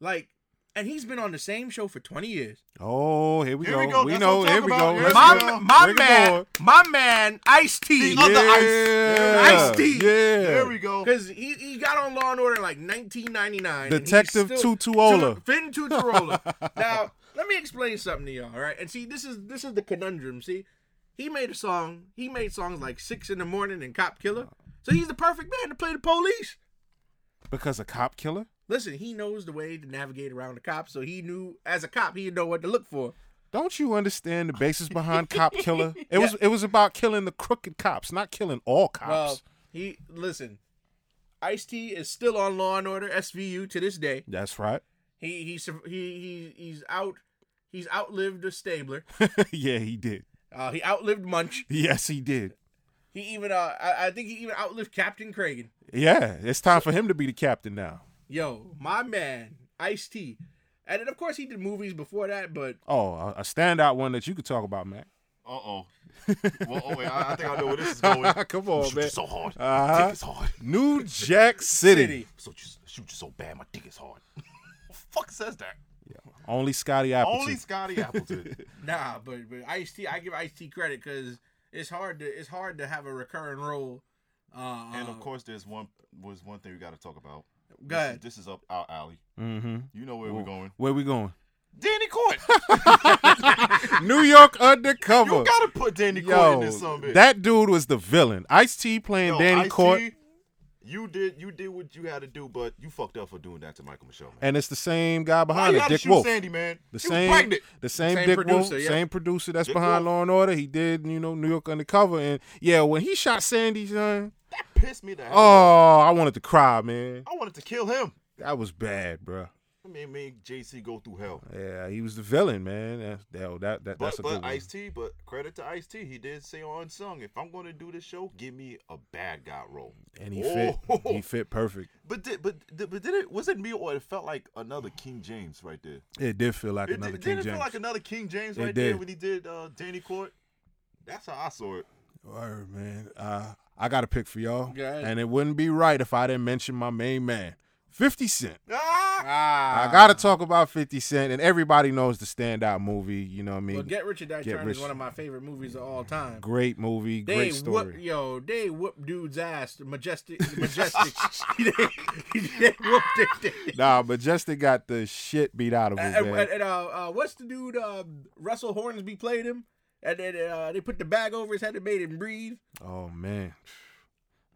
S1: Like, and he's been on the same show for twenty years.
S2: Oh, here we
S3: Here
S2: go.
S3: we go. That's
S2: know.
S3: what I'm
S2: Here we go.
S3: talking about.
S2: Let's go.
S3: My-
S2: Bring it on.
S1: my man, Ice T.
S3: The other Ice.
S2: Yeah.
S1: Ice T.
S2: Yeah.
S3: There we go.
S1: Because he, he got on Law and Order in like 1999. and he's
S2: Detective
S1: still-
S2: Tutuola.
S1: Tu- Finn Tutuola. now, let me explain something to y'all, all right? And see, this is this is the conundrum. See, he made a song. He made songs like Six in the Morning and Cop Killer. So he's the perfect man to play the police.
S2: Because a cop killer.
S1: Listen, he knows the way to navigate around the cops. So he knew, as a cop, he know what to look for.
S2: Don't you understand the basis behind cop killer? It was it was about killing the crooked cops, not killing all
S1: Well,
S2: cops.
S1: he, listen, Ice T is still on Law and Order SVU to this day.
S2: That's right.
S1: He, he, sur- he, he he's out. He's outlived the Stabler.
S2: yeah, he did.
S1: Uh, he outlived Munch.
S2: Yes, he did.
S1: He even uh, I, I think he even outlived Captain Kragen.
S2: Yeah, it's time for him to be the captain now.
S1: Yo, my man, Ice T. And then of course he did movies before that, but
S2: Oh, a, a standout one that you could talk about, Mac.
S3: Uh oh. Well, oh wait. I, I think I know where this is going.
S2: Come on,
S3: shoot
S2: Oh, man.
S3: you so hard.
S2: Uh-huh.
S3: My dick is hard.
S2: New Jack City.
S1: City.
S3: So you, shoot you so bad. My dick is hard. Who fuck says that?
S2: Only Scotty Appleton.
S3: Only Scotty Appleton.
S1: nah, but but Ice T, I give Ice T credit because it's hard to it's hard to have a recurring role. Uh,
S3: and of course, there's one was one thing we got to talk about.
S1: Go ahead.
S3: This is, this is up our alley.
S2: mm-hmm.
S3: You know where we're going.
S2: Where we going?
S3: Danny Court.
S2: New York Undercover.
S3: you gotta put Danny Court
S2: Yo,
S3: in this some bitch.
S2: that dude was the villain. Ice T playing
S3: Yo,
S2: Danny
S3: Ice-T,
S2: Court,
S3: You did you did what you had to do, but you fucked up for doing that to Michael Michelle. Man.
S2: and it's the same guy
S3: Why you
S2: behind it,
S3: gotta
S2: Dick
S3: shoot
S2: Wolf.
S3: Sandy, man?
S2: The
S3: She was
S2: same,
S3: pregnant.
S2: the same,
S1: Same
S2: Dick
S1: producer,
S2: Wolf,
S1: yeah.
S2: same producer that's
S3: Dick
S2: behind
S3: Wolf.
S2: Law and Order. He did, you know, New York Undercover, and yeah, when he shot Sandy, son,
S3: That pissed me the hell. off.
S2: oh, I wanted to cry, man.
S3: I wanted to kill him.
S2: That was bad, bruh.
S3: I mean, made JC go through hell.
S2: Yeah, he was the villain, man. That, that, that, that-
S3: But
S2: that's a good
S3: but
S2: one.
S3: Ice T, but credit to Ice T, he did say on Unsung, if I'm gonna do this show, give me a bad guy role.
S2: and he fit,
S3: Oh.
S2: he fit perfect.
S3: But did but did, but did it was it me or it felt like another King James right there?
S2: It did feel like
S3: It
S2: another
S3: did,
S2: King
S3: not it
S2: James.
S3: feel like another King James
S2: It
S3: right there
S2: did.
S3: when he did uh, Danny Court? That's how I saw it.
S2: Word, man. Uh, I got a pick for y'all,
S1: Go ahead.
S2: and it wouldn't be right if I didn't mention my main man, Fifty Cent.
S3: Ah,
S1: ah,
S2: I gotta talk about Fifty Cent, and everybody knows the standout movie. You know what I mean?
S1: Well, Get Rich or Die
S2: Get
S1: Trying
S2: Rich.
S1: is one of my favorite movies of all time.
S2: great movie,
S1: They
S2: great
S1: whoop,
S2: story.
S1: yo, they whoop dudes' ass, majestic, majestic. they, they whooped it.
S2: Nah, Majestic got the shit beat out of him.
S1: And,
S2: man.
S1: and, and, uh, uh, what's the dude? Uh, Russell Hornsby played him, and then uh, they put the bag over his head and made him breathe.
S2: Oh man,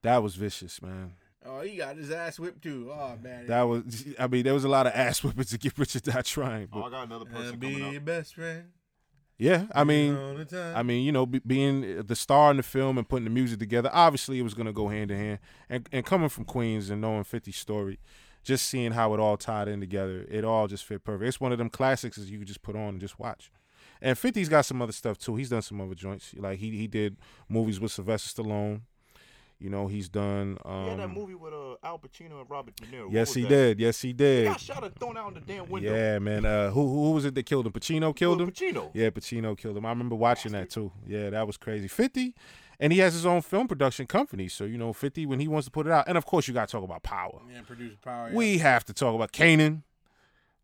S2: that was vicious, man.
S1: Oh, he got his ass whipped too. Oh man,
S2: That was. I mean, there was a lot of ass whipping to get Richard not trying,
S3: Oh, I
S2: but
S3: got another person
S1: and be
S3: coming
S1: your
S3: up.
S1: best friend.
S2: yeah, I mean.
S1: all the time.
S2: I mean, you know, be, being the star in the film and putting the music together, obviously it was going to go hand in hand. And, and coming from Queens and knowing 50's story, just seeing how it all tied in together, it all just fit perfect. It's one of them classics that you could just put on and just watch. And 50's got some other stuff too. He's done some other joints. Like he he did movies with Sylvester Stallone. You know, he's done. Um,
S3: yeah, that movie with uh, Al Pacino and Robert De Niro. What
S2: Yes,
S3: was
S2: he
S3: that?
S2: did. Yes, he did.
S3: Got shot and thrown out in the damn window.
S2: Yeah, man. Uh, who who was it that killed him? Pacino killed
S3: Al
S2: him.
S3: Pacino.
S2: Yeah, Pacino killed him. I remember watching that too. Yeah, that was crazy. 50, and he has his own film production company. So, you know, 50, when he wants to put it out. And of course, you got to talk about power.
S1: yeah, produce power. yeah.
S2: We have to talk about Kanan.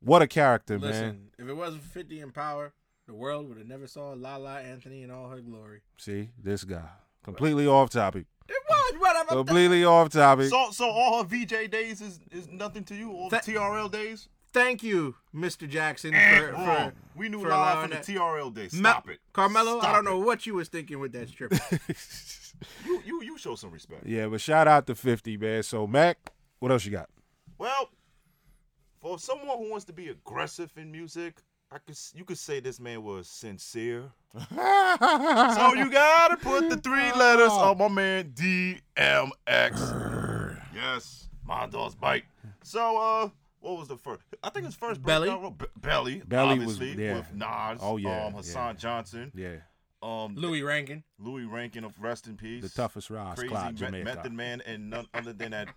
S2: What a character,
S1: Listen,
S2: man.
S1: if it wasn't for 50 in power, the world would have never saw Lala Anthony in all her glory.
S2: See, this guy. Completely off topic.
S1: It was whatever.
S2: Completely off topic.
S3: So, so all her VJ days is, is nothing to you. All the
S1: That-
S3: TRL days.
S1: Thank you, Mr. Jackson, for,
S3: Wrong.
S1: for
S3: we knew
S1: for
S3: live
S1: allowing
S3: from the
S1: that-
S3: TRL days.
S1: Ma-
S3: Stop it,
S1: Carmelo. I
S3: Stop
S1: don't
S3: it.
S1: know what you was thinking with that strip.
S3: You, you, you show some respect.
S2: yeah, but shout out to 50, man. So, Mac, what else you got?
S3: Well, for someone who wants to be aggressive in music, I could s- you could say this man was sincere. So you gotta put the three letters
S1: Oh.
S3: of my man DMX. yes, my dog's bite. So uh, what was the first? I think his first
S1: Belly?
S3: breakdown was B- Belly.
S2: Belly was-
S3: obviously,
S2: yeah.
S3: with Nas.
S2: Oh, yeah,
S3: Um, Hassan Johnson.
S2: yeah,
S3: Um,
S1: Louis Rankin.
S3: Louis Rankin of Rest in Peace.
S2: the toughest Ross
S3: crazy
S2: Clyde,
S3: Me-
S2: Jamaica.
S3: Method Man, and none other than that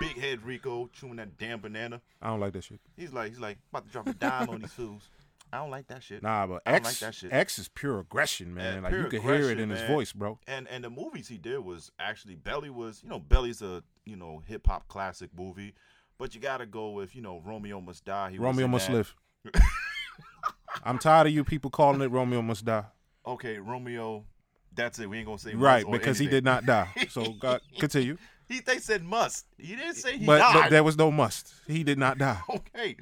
S3: big head Rico chewing that damn banana.
S2: I don't like that shit.
S3: He's like, he's like about to drop a dime on these fools. I don't like that shit.
S2: Nah, but
S3: I don't
S2: X,
S3: like that shit.
S2: X is pure aggression, man.
S3: Yeah,
S2: like you
S3: pure
S2: could hear it
S3: aggression,
S2: in his
S3: man.
S2: voice, bro.
S3: and and the movies he did was actually Belly was you know Belly's a you know hip hop classic movie, but you gotta go with you know Romeo Must Die. He was
S2: Romeo
S3: in
S2: must
S3: that.
S2: live. I'm tired of you people calling it Romeo must die.
S3: Okay, Romeo. That's it. We ain't gonna say
S2: Right,
S3: must or
S2: because he
S3: anything.
S2: did not die. So God, continue.
S3: He they said must. He didn't say he
S2: But, but
S3: died.
S2: there was no must. He did not die.
S3: okay.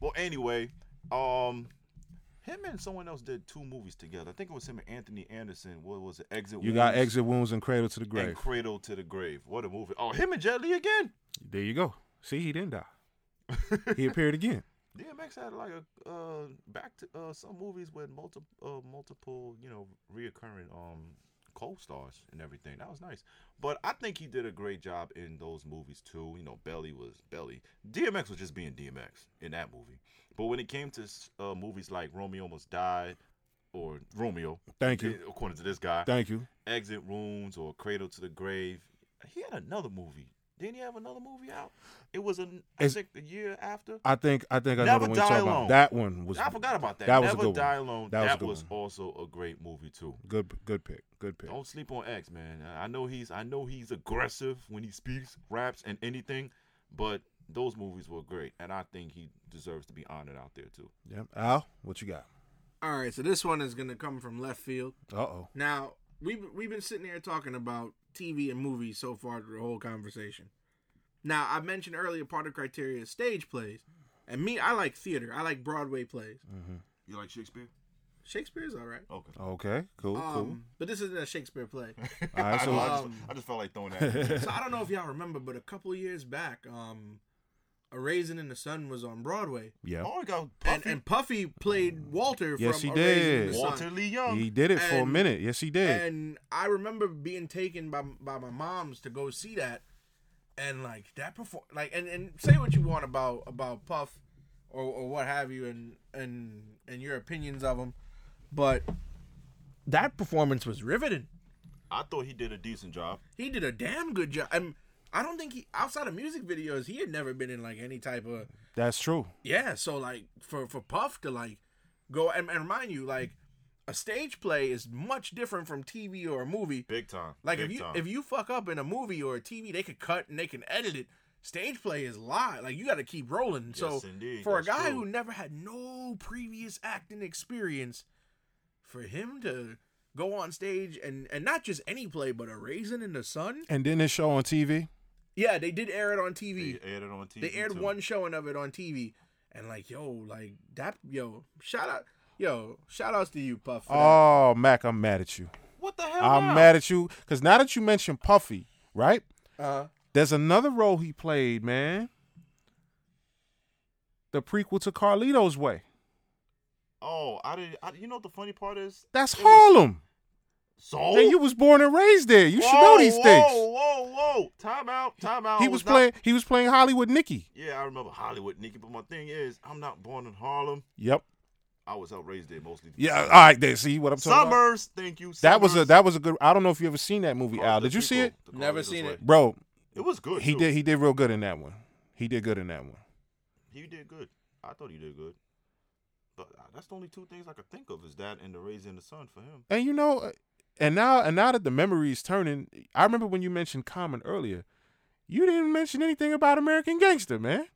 S3: Well, anyway, um, him and someone else did two movies together. I think it was him and Anthony Anderson. What was it? Exit.
S2: You got
S3: Wounds
S2: exit wounds and cradle to the
S3: and
S2: grave.
S3: Cradle to the Grave. What a movie! Oh, him and Jet Li again.
S2: There you go. See, he didn't die. He appeared again.
S3: DMX had like a uh, back to uh, some movies with multiple uh, multiple you know reoccurring um co-stars and everything. That was nice, but I think he did a great job in those movies too. You know, Belly was Belly. DMX was just being DMX in that movie. But when it came to uh, movies like Romeo Almost Died or Romeo, eh,
S2: Thank you.
S3: according to this guy,
S2: Thank you.
S3: Exit Wounds or Cradle to the Grave, he had another movie. Didn't he have another movie out? It was an I
S2: It's-
S3: think the year after.
S2: I think I think I know
S3: Never
S2: the one
S3: die
S2: you're talking about.
S3: alone.
S2: That one was
S3: I forgot about that.
S2: That was
S3: Never
S2: a good
S3: Die
S2: one.
S3: Alone.
S2: That
S3: That,
S2: was a
S3: was,
S2: good one.
S3: also a great movie too.
S2: good. Good pick. Good pick.
S3: Don't sleep on X, man. I I know he's I know he's aggressive when he speaks, raps, and anything, but those movies were great, and I think he deserves to be honored out there too.
S2: Yep. Al, what you got?
S1: All right, so this one is gonna come from left field.
S2: Uh oh.
S1: Now we've we've been sitting here talking about TV and movies so far through the whole conversation. Now I mentioned earlier part of criteria is stage plays, and me I like theater. I like Broadway plays.
S3: You like Shakespeare?
S1: Shakespeare's all right,
S3: Okay.
S2: Uh, Okay. Cool. cool.
S1: um, but this isn't a Shakespeare play.
S2: All right.
S3: I,
S2: So
S3: know, I just,
S1: Um,
S3: I just felt like throwing that.
S1: so I don't know if y'all remember, but a couple years back, um, A Raisin in the Sun was on Broadway,
S2: yeah.
S3: oh, we got
S1: and,
S3: Puffy,
S1: and Puffy played Walter.
S2: Yes,
S1: from
S2: he
S1: a Raisin in
S2: did.
S1: the Sun.
S3: Walter Lee Young.
S2: He did it for a
S1: And-
S2: minute. Yes, he did.
S1: And I remember being taken by by my mom's to go see that, and like that perform like and, and say what you want about about Puff, or or what have you, and and and your opinions of him, but that performance was riveting.
S3: I thought he did a decent job.
S1: He did a damn good job. And I don't think he outside of music videos he had never been in like any type of
S2: That's true.
S1: yeah. So like for for Puff to like go and, and remind you like. A stage play is much different from TV or a movie
S3: Big time.
S1: like
S3: Big
S1: if you
S3: time.
S1: if you fuck up in a movie or a TV, they could cut and they can edit it. stage play is live. Like you got to keep rolling. so
S3: Yes, indeed,
S1: for a
S3: that's
S1: guy
S3: true.
S1: who never had no previous acting experience, for him to go on stage and and not just any play, but a raisin in the sun.
S2: And then this show on TV.
S1: Yeah, they did air it on TV.
S3: They aired it on TV.
S1: They aired
S3: too.
S1: one showing of it on TV, and like yo, like that yo, shout out, yo, shout outs to you, Puff. for that.
S2: Oh, Mac, I'm mad at you.
S3: What the hell?
S2: I'm
S3: now?
S2: mad at you because now that you mentioned Puffy, right?
S1: Uh,
S2: There's another role he played, man. The prequel to Carlito's Way.
S3: Oh, I did. I, you know what the funny part is?
S2: That's
S3: It was-
S2: Harlem,
S3: So
S2: and you was born and raised there. You should know these
S3: whoa,
S2: things.
S3: Whoa, whoa, whoa! Time out, time out.
S2: He
S3: I
S2: was
S3: not-
S2: playing. He was playing Hollywood Nicky.
S3: yeah, I remember Hollywood, Nikki. But my thing is, I'm not born in Harlem.
S2: Yep.
S3: I was outraised there mostly.
S2: Yeah. All right. There. See what I'm talking about.
S3: Summers, thank you.
S2: That was a
S3: Summers.
S2: that was a good. I don't know if you ever seen that movie,
S3: Call
S2: Al.
S3: Oh, the
S2: Did you see
S3: prequel
S2: it,
S3: to Call
S1: Never
S3: This
S1: seen
S3: Way.
S1: it.
S2: bro?
S3: It was good.
S2: He
S3: too.
S2: did. He did real good in that one. He did good in that one.
S3: He did good. I thought he did good. But uh, that's the only two things I could think of is that and the raising the sun for him.
S2: And you know, uh, and now and now that the memory is turning, I remember when you mentioned Common earlier. You didn't mention anything about American Gangster, man.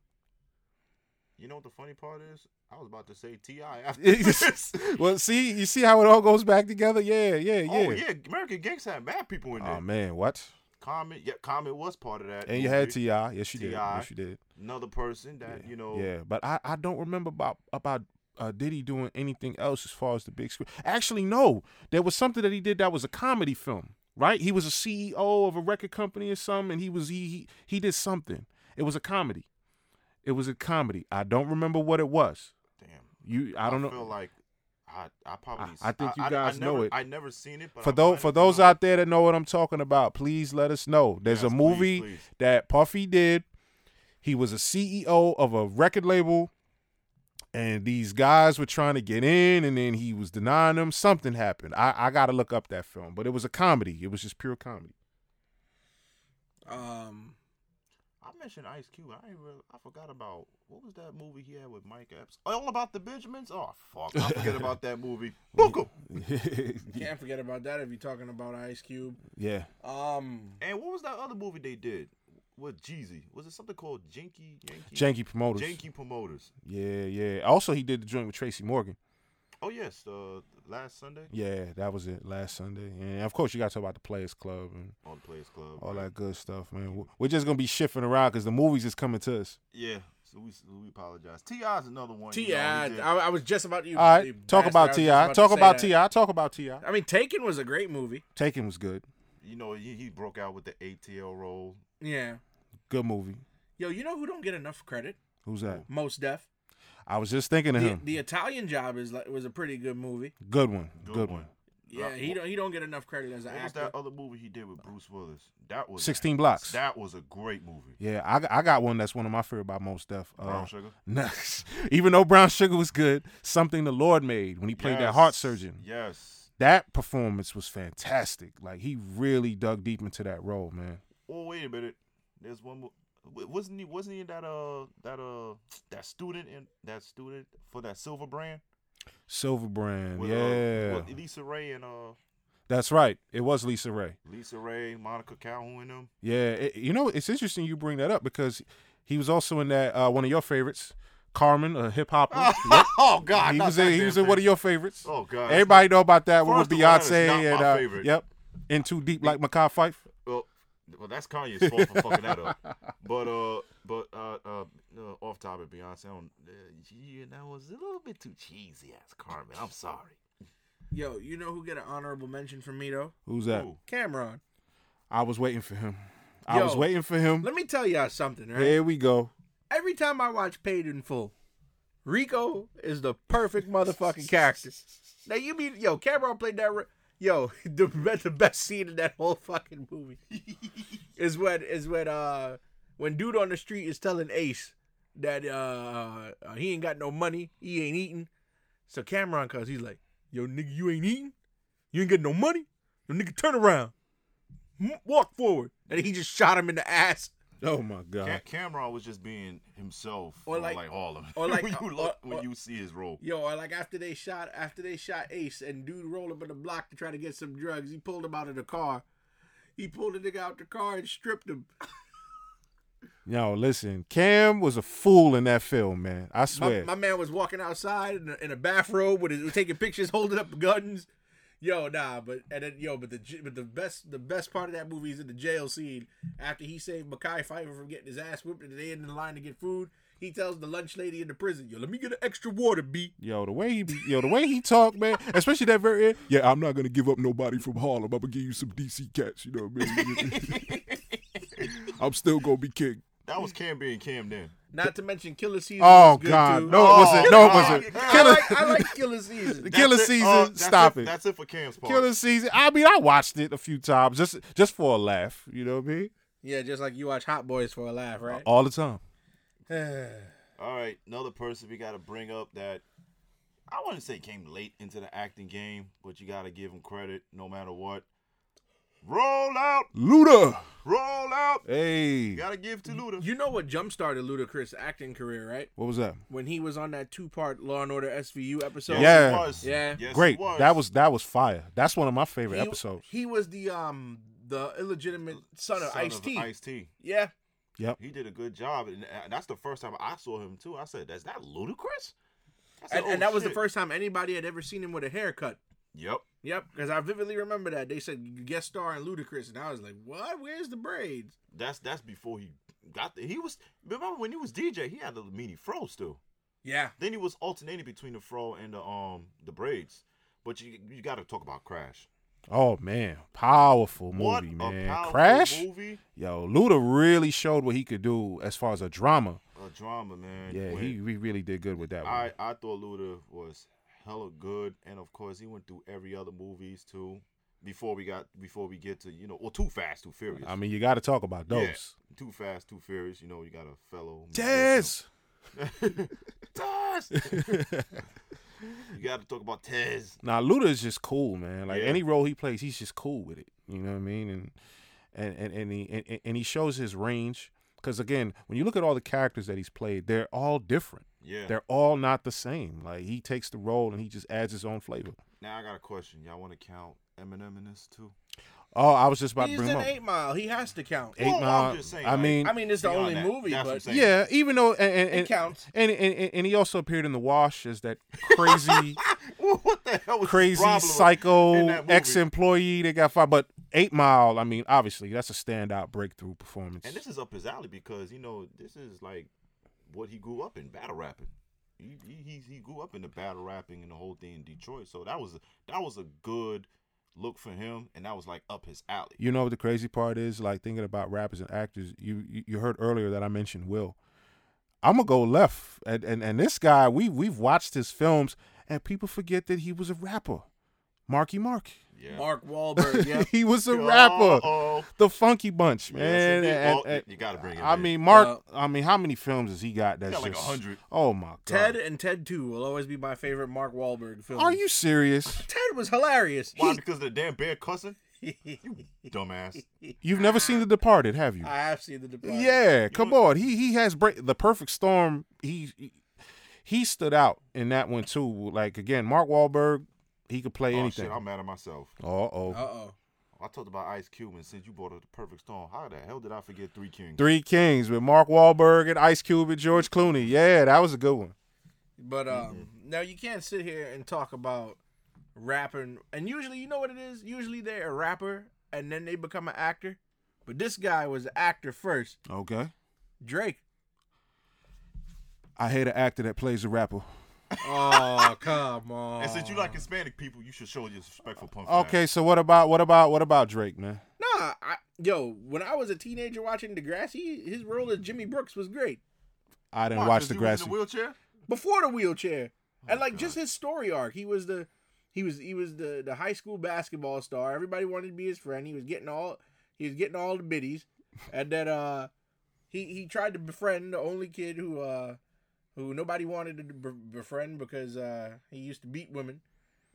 S3: You know what the funny part is? I was about to say Ti after this.
S2: well, see, you see how it all goes back together. Yeah, yeah, yeah.
S3: Oh yeah, American Gangs had mad people in there.
S2: Oh, man, what?
S3: Comment, yeah, comment was part of that.
S2: And you had
S3: movie.
S2: Ti. Yes, you did.
S3: T.I..
S2: Yes, you did.
S3: another person that you know.
S2: Yeah, but I, I don't remember about about uh, Diddy doing anything else as far as the big screen. Actually, no, there was something that he did that was a comedy film, right? He was a CEO of a record company or something, and he was he he, he did something. It was a comedy. It was a comedy. I don't remember what it was.
S3: Damn,
S2: You, I don't know.
S3: Feel like I, I probably.
S2: I- I think you guys know
S3: never,
S2: it.
S3: I never seen it. But
S2: for
S3: I
S2: those
S3: might
S2: for
S3: have
S2: those
S3: known
S2: out there that know what I'm talking about, please let us know. There's
S3: Yes,
S2: a
S3: please,
S2: movie
S3: please.
S2: that Puffy did. He was a CEO of a record label, and these guys were trying to get in, and then he was denying them. Something happened. I, I gotta look up that film, but it was a comedy. It was just pure comedy.
S1: um,
S3: I mentioned Ice Cube. I ain't really, I forgot about what was that movie he had with Mike Epps? All about the Benjamins. Oh fuck, I forget about that movie. Book 'em.
S1: can't forget about that if you're talking about Ice Cube.
S2: yeah,
S1: Um,
S3: And what was that other movie they did with Jeezy? Was it something called Janky Yankee?
S2: Janky Promoters.
S3: Janky Promoters.
S2: Yeah, yeah. Also, he did the joint with Tracy Morgan.
S3: Oh yes, uh, last Sunday
S2: Yeah, that was it last Sunday. And of course, you gotta talk about the Players Club and
S3: on Players Club.
S2: all that good stuff, man. We're- We're just gonna be shifting around because the movies is coming to us.
S3: Yeah, so we we apologize. Ti is another one. Oh, you
S1: Ti,
S3: know,
S1: I,
S3: he did-
S1: I was just about you.
S2: All right,
S1: you bastard.
S2: talk
S1: I
S2: about
S1: was
S2: Ti.
S1: just to
S2: Talk
S1: say
S2: about
S1: that.
S2: Ti. Talk about Ti.
S1: I mean, Taken was a great movie.
S2: Taken was good.
S3: you know, he, he broke out with the ATL role.
S1: Yeah.
S2: Good movie.
S1: Yo, you know who don't get enough credit?
S2: Who's that?
S1: Most Def.
S2: I was just thinking of
S1: The,
S2: him.
S1: the Italian Job is like was a pretty good movie.
S3: Uh,
S2: Good one.
S3: Good
S2: Good,
S3: one.
S2: one.
S1: Yeah, he don't he don't get enough credit as an
S3: What was
S1: actor.
S3: that other movie he did with Bruce Willis? That was
S2: Sixteen blocks.
S3: That was a great movie.
S2: yeah, I, got- I got one that's one of my favorite by most stuff.
S3: Brown
S2: Uh,
S3: Sugar.
S2: even though Brown Sugar was good, something the Lord made when he played that
S3: Yes,
S2: heart surgeon.
S3: Yes.
S2: That performance was fantastic. Like he really dug deep into that role, man.
S3: Oh wait a minute. There's one more. wa- Wasn't he? Wasn't he in that uh that uh that student in that student for that Silver Brand?
S2: Silver Brand,
S3: With, uh,
S2: yeah,
S3: with Lisa Ray and uh
S2: that's right. It was Lisa Ray.
S3: Lisa Ray, Monica Calhoun, and them.
S2: Yeah, it, you know it's interesting you bring that up because he was also in that uh, one of your favorites, Carmen, a hip hop.
S3: Oh God,
S2: he
S3: not
S2: was
S3: that
S2: in, he
S3: damn
S2: was in
S3: thing.
S2: one of your favorites.
S3: Oh God,
S2: Everybody know about that one with
S3: First of all, that is
S2: Beyonce
S3: not my
S2: and uh,
S3: favorite.
S2: yep, in too deep like Makai Fife.
S3: Well, well, that's Kanye's fault for fucking that up. But uh, but uh, uh, uh off topic, Beyonce, I don't, uh, yeah, that was a little bit too cheesy, ass Carmen. I'm sorry.
S1: Yo, you know who get an honorable mention from me though?
S2: Who's that?
S3: Who?
S1: Cameron.
S2: I was waiting for him. I was
S1: Yo.
S2: waiting for him.
S1: Let me tell y'all something, right?
S2: Here we go.
S1: Every time I watch Paid in Full, Rico is the perfect motherfucking character. Now you mean yo, Cameron played that. Re- yo, the be- the best scene in that whole fucking movie is when is when uh when dude on the street is telling Ace that uh, uh he ain't got no money, he ain't eating. So Cameron cuz he's like, "Yo nigga, you ain't eating? You ain't getting no money? Yo nigga, turn around. M- Walk forward." And he just shot him in the ass.
S2: Oh my
S3: Cam-
S2: God.
S3: Cameron was just being himself,
S1: Or
S3: or like,
S1: like-
S3: all of them.
S1: or like-
S3: when you
S1: or-
S3: look,
S1: or-
S3: when you see his role,
S1: Yo, or like after they shot after they shot Ace and dude rolled up in the block to try to get some drugs, he pulled him out of the car. He pulled the nigga out the car and stripped him.
S2: Yo, listen, Cam was a fool in that film, man. I
S1: My,
S2: swear.
S1: my man was walking outside in a, in a bathrobe with his taking pictures, holding up guns. Yo, nah, but and then yo, but the j- but the best the best part of that movie is in the jail scene after he saved Mackay Pfeiffer from getting his ass whipped and they in the line to get food. He tells the lunch lady in the prison, "Yo, let me get an extra water, B."
S2: Yo, the way he yo, the way he talked, man, especially that very end. Yeah, I'm not gonna give up nobody from Harlem. I'm gonna give you some DC cats, you know what I mean? I'm still gonna be king.
S3: That was Cam being Cam then.
S1: Not to mention Killer Season.
S2: Oh
S1: was good
S2: God,
S1: too.
S2: no, it wasn't. No, it
S3: Oh,
S2: wasn't.
S3: God.
S1: I
S2: Killer,
S1: like, I like Killer Season.
S2: Killer
S3: That's it.
S2: season.
S3: Uh, that's
S2: stop it.
S3: That's it for Cam's part.
S2: Killer season. I mean, I watched it a few times just just for a laugh. You know what I mean?
S1: Yeah, just like you watch Hot Boys for a laugh, right?
S2: All the time.
S3: All right, another person we got to bring up that I wouldn't say came late into the acting game, but you got to give him credit no matter what. Roll out,
S2: Luda.
S3: roll out.
S2: Hey,
S3: You got to give to Luda.
S1: you know what jump started Ludacris' acting career, right?
S2: what was that?
S1: When he was on that two part Law and Order SVU episode.
S2: Yeah.
S3: Yes, it was.
S1: Yeah.
S3: Yes, it
S2: Great. That was that was fire. That's one of my favorite
S1: he,
S2: episodes.
S1: He was the um the illegitimate son of Ice T.
S3: Ice T.
S1: Yeah.
S2: Yep.
S3: He did a good job, and uh, that's the first time I saw him too. I said, "That's that ludicrous." I said,
S1: And, and
S3: "Oh,
S1: that was the
S3: shit."
S1: first time anybody had ever seen him with a haircut.
S3: Yep.
S1: Yep, because I vividly remember that they said guest star and Ludacris, and I was like, "What? Where's the braids?"
S3: That's that's before he got there. He was remember when he was DJ, he had the mini fro still.
S1: Yeah,
S3: Then he was alternating between the fro and the um the braids. But you you got to talk about Crash.
S2: Oh man, powerful movie,
S3: what a
S2: man.
S3: powerful
S2: Crash.
S3: movie,
S2: Yo, Luda really showed what he could do as far as a drama.
S3: a drama, man.
S2: Yeah,
S3: When
S2: he, he really did good with that one.
S3: I I thought Luda was hella good, and of course he went through every other movies too. Before we got before we get to you know or Too Fast Too Furious.
S2: I mean, you got to talk about
S3: Yeah.
S2: those.
S3: Too Fast Too Furious. You know you got a fellow.
S2: Yes.
S3: Taz. you got to talk about Tez.
S2: Now Luda is just cool, man. Like
S3: Yeah.
S2: any role he plays, he's just cool with it. You know what I mean? And and and and he and, and he shows his range because again, when you look at all the characters that he's played, they're all different.
S3: Yeah.
S2: They're all not the same. Like he takes the role and he just adds his own flavor.
S3: Now I got a question. Y'all want to count Eminem in this too?
S2: Oh, I was just about
S1: he's
S2: to bring
S1: in
S2: him up.
S1: Eight Mile. He has to count.
S2: Eight
S3: Well, I'm
S2: Mile.
S3: just saying,
S2: I
S3: like,
S2: mean,
S1: I mean, it's the
S3: Beyond
S1: only
S3: that,
S1: movie,
S3: that's what I'm
S1: but
S3: saying.
S2: yeah. Even though and and,
S1: it
S2: and,
S1: counts.
S2: and and and- and he also appeared in The Wash as that crazy.
S3: what the hell was
S2: crazy
S3: the problem in
S2: psycho
S3: that movie?
S2: ex-employee that got fired. But Eight Mile, I mean, obviously that's a standout breakthrough performance.
S3: And this is up his alley because you know this is like what he grew up in battle rapping. He he he, he grew up in the battle rapping and the whole thing in Detroit. So that was that was a good look for him, and that was like up his alley.
S2: you know what the crazy part is? Like thinking about rappers and actors. You you, you heard earlier that I mentioned Will. I'm gonna go left, and and, and this guy we we've watched his films, and people forget that he was a rapper. Marky Mark.
S3: Yeah.
S1: Mark Wahlberg. Yeah,
S2: he was a rapper.
S3: Uh-oh.
S2: The Funky Bunch,
S3: Yes,
S2: man.
S3: indeed.
S2: and-
S3: Well,
S2: and-
S3: oh, you gotta bring him
S2: I
S3: in.
S2: mean, Mark.
S1: Well-
S2: I mean, how many films has he got? That's
S3: got like
S2: just-
S3: 100.
S2: Oh my god.
S1: Ted and Ted Two will always be my favorite Mark Wahlberg film.
S2: Are you serious?
S1: Ted was hilarious.
S3: Why? Because of the damn bear cussing, dumbass.
S2: You've never seen The Departed, have you?
S1: I have seen the Departed.
S2: yeah, come on. He he has break the perfect storm. He he- he stood out in that one too. Like again, Mark Wahlberg, he could play
S3: Oh,
S2: anything.
S3: shit, I'm mad at myself.
S2: Uh oh.
S1: Uh oh.
S3: I talked about Ice Cube, and since you brought up the perfect storm, how the hell did I forget Three Kings?
S2: Three Kings with Mark Wahlberg and Ice Cube and George Clooney. Yeah, that was a good one.
S1: But um,
S3: Mm-hmm.
S1: now you can't sit here and talk about rapping. And usually, you know what it is. Usually, they're a rapper and then they become an actor. But this guy was an actor first.
S2: Okay.
S1: Drake.
S2: I hate an actor that plays a rapper.
S1: Oh come on.
S3: And since you like Hispanic people, you should show your respectful punk. for that.
S2: Okay, so what about what about what about Drake, man?
S1: Nah, I, yo, when I was a teenager watching Degrassi, his role as Jimmy Brooks was great.
S2: I didn't
S3: Why,
S2: watch
S3: 'cause
S2: the
S3: you was
S2: grassy.
S3: In the wheelchair?
S1: before the wheelchair.
S3: Oh,
S1: and like just his story arc. He was the he was he was the the high school basketball star. Everybody wanted to be his friend. He was getting all he was getting all the biddies. And then uh he he tried to befriend the only kid who uh who nobody wanted to be- befriend because uh he used to beat women.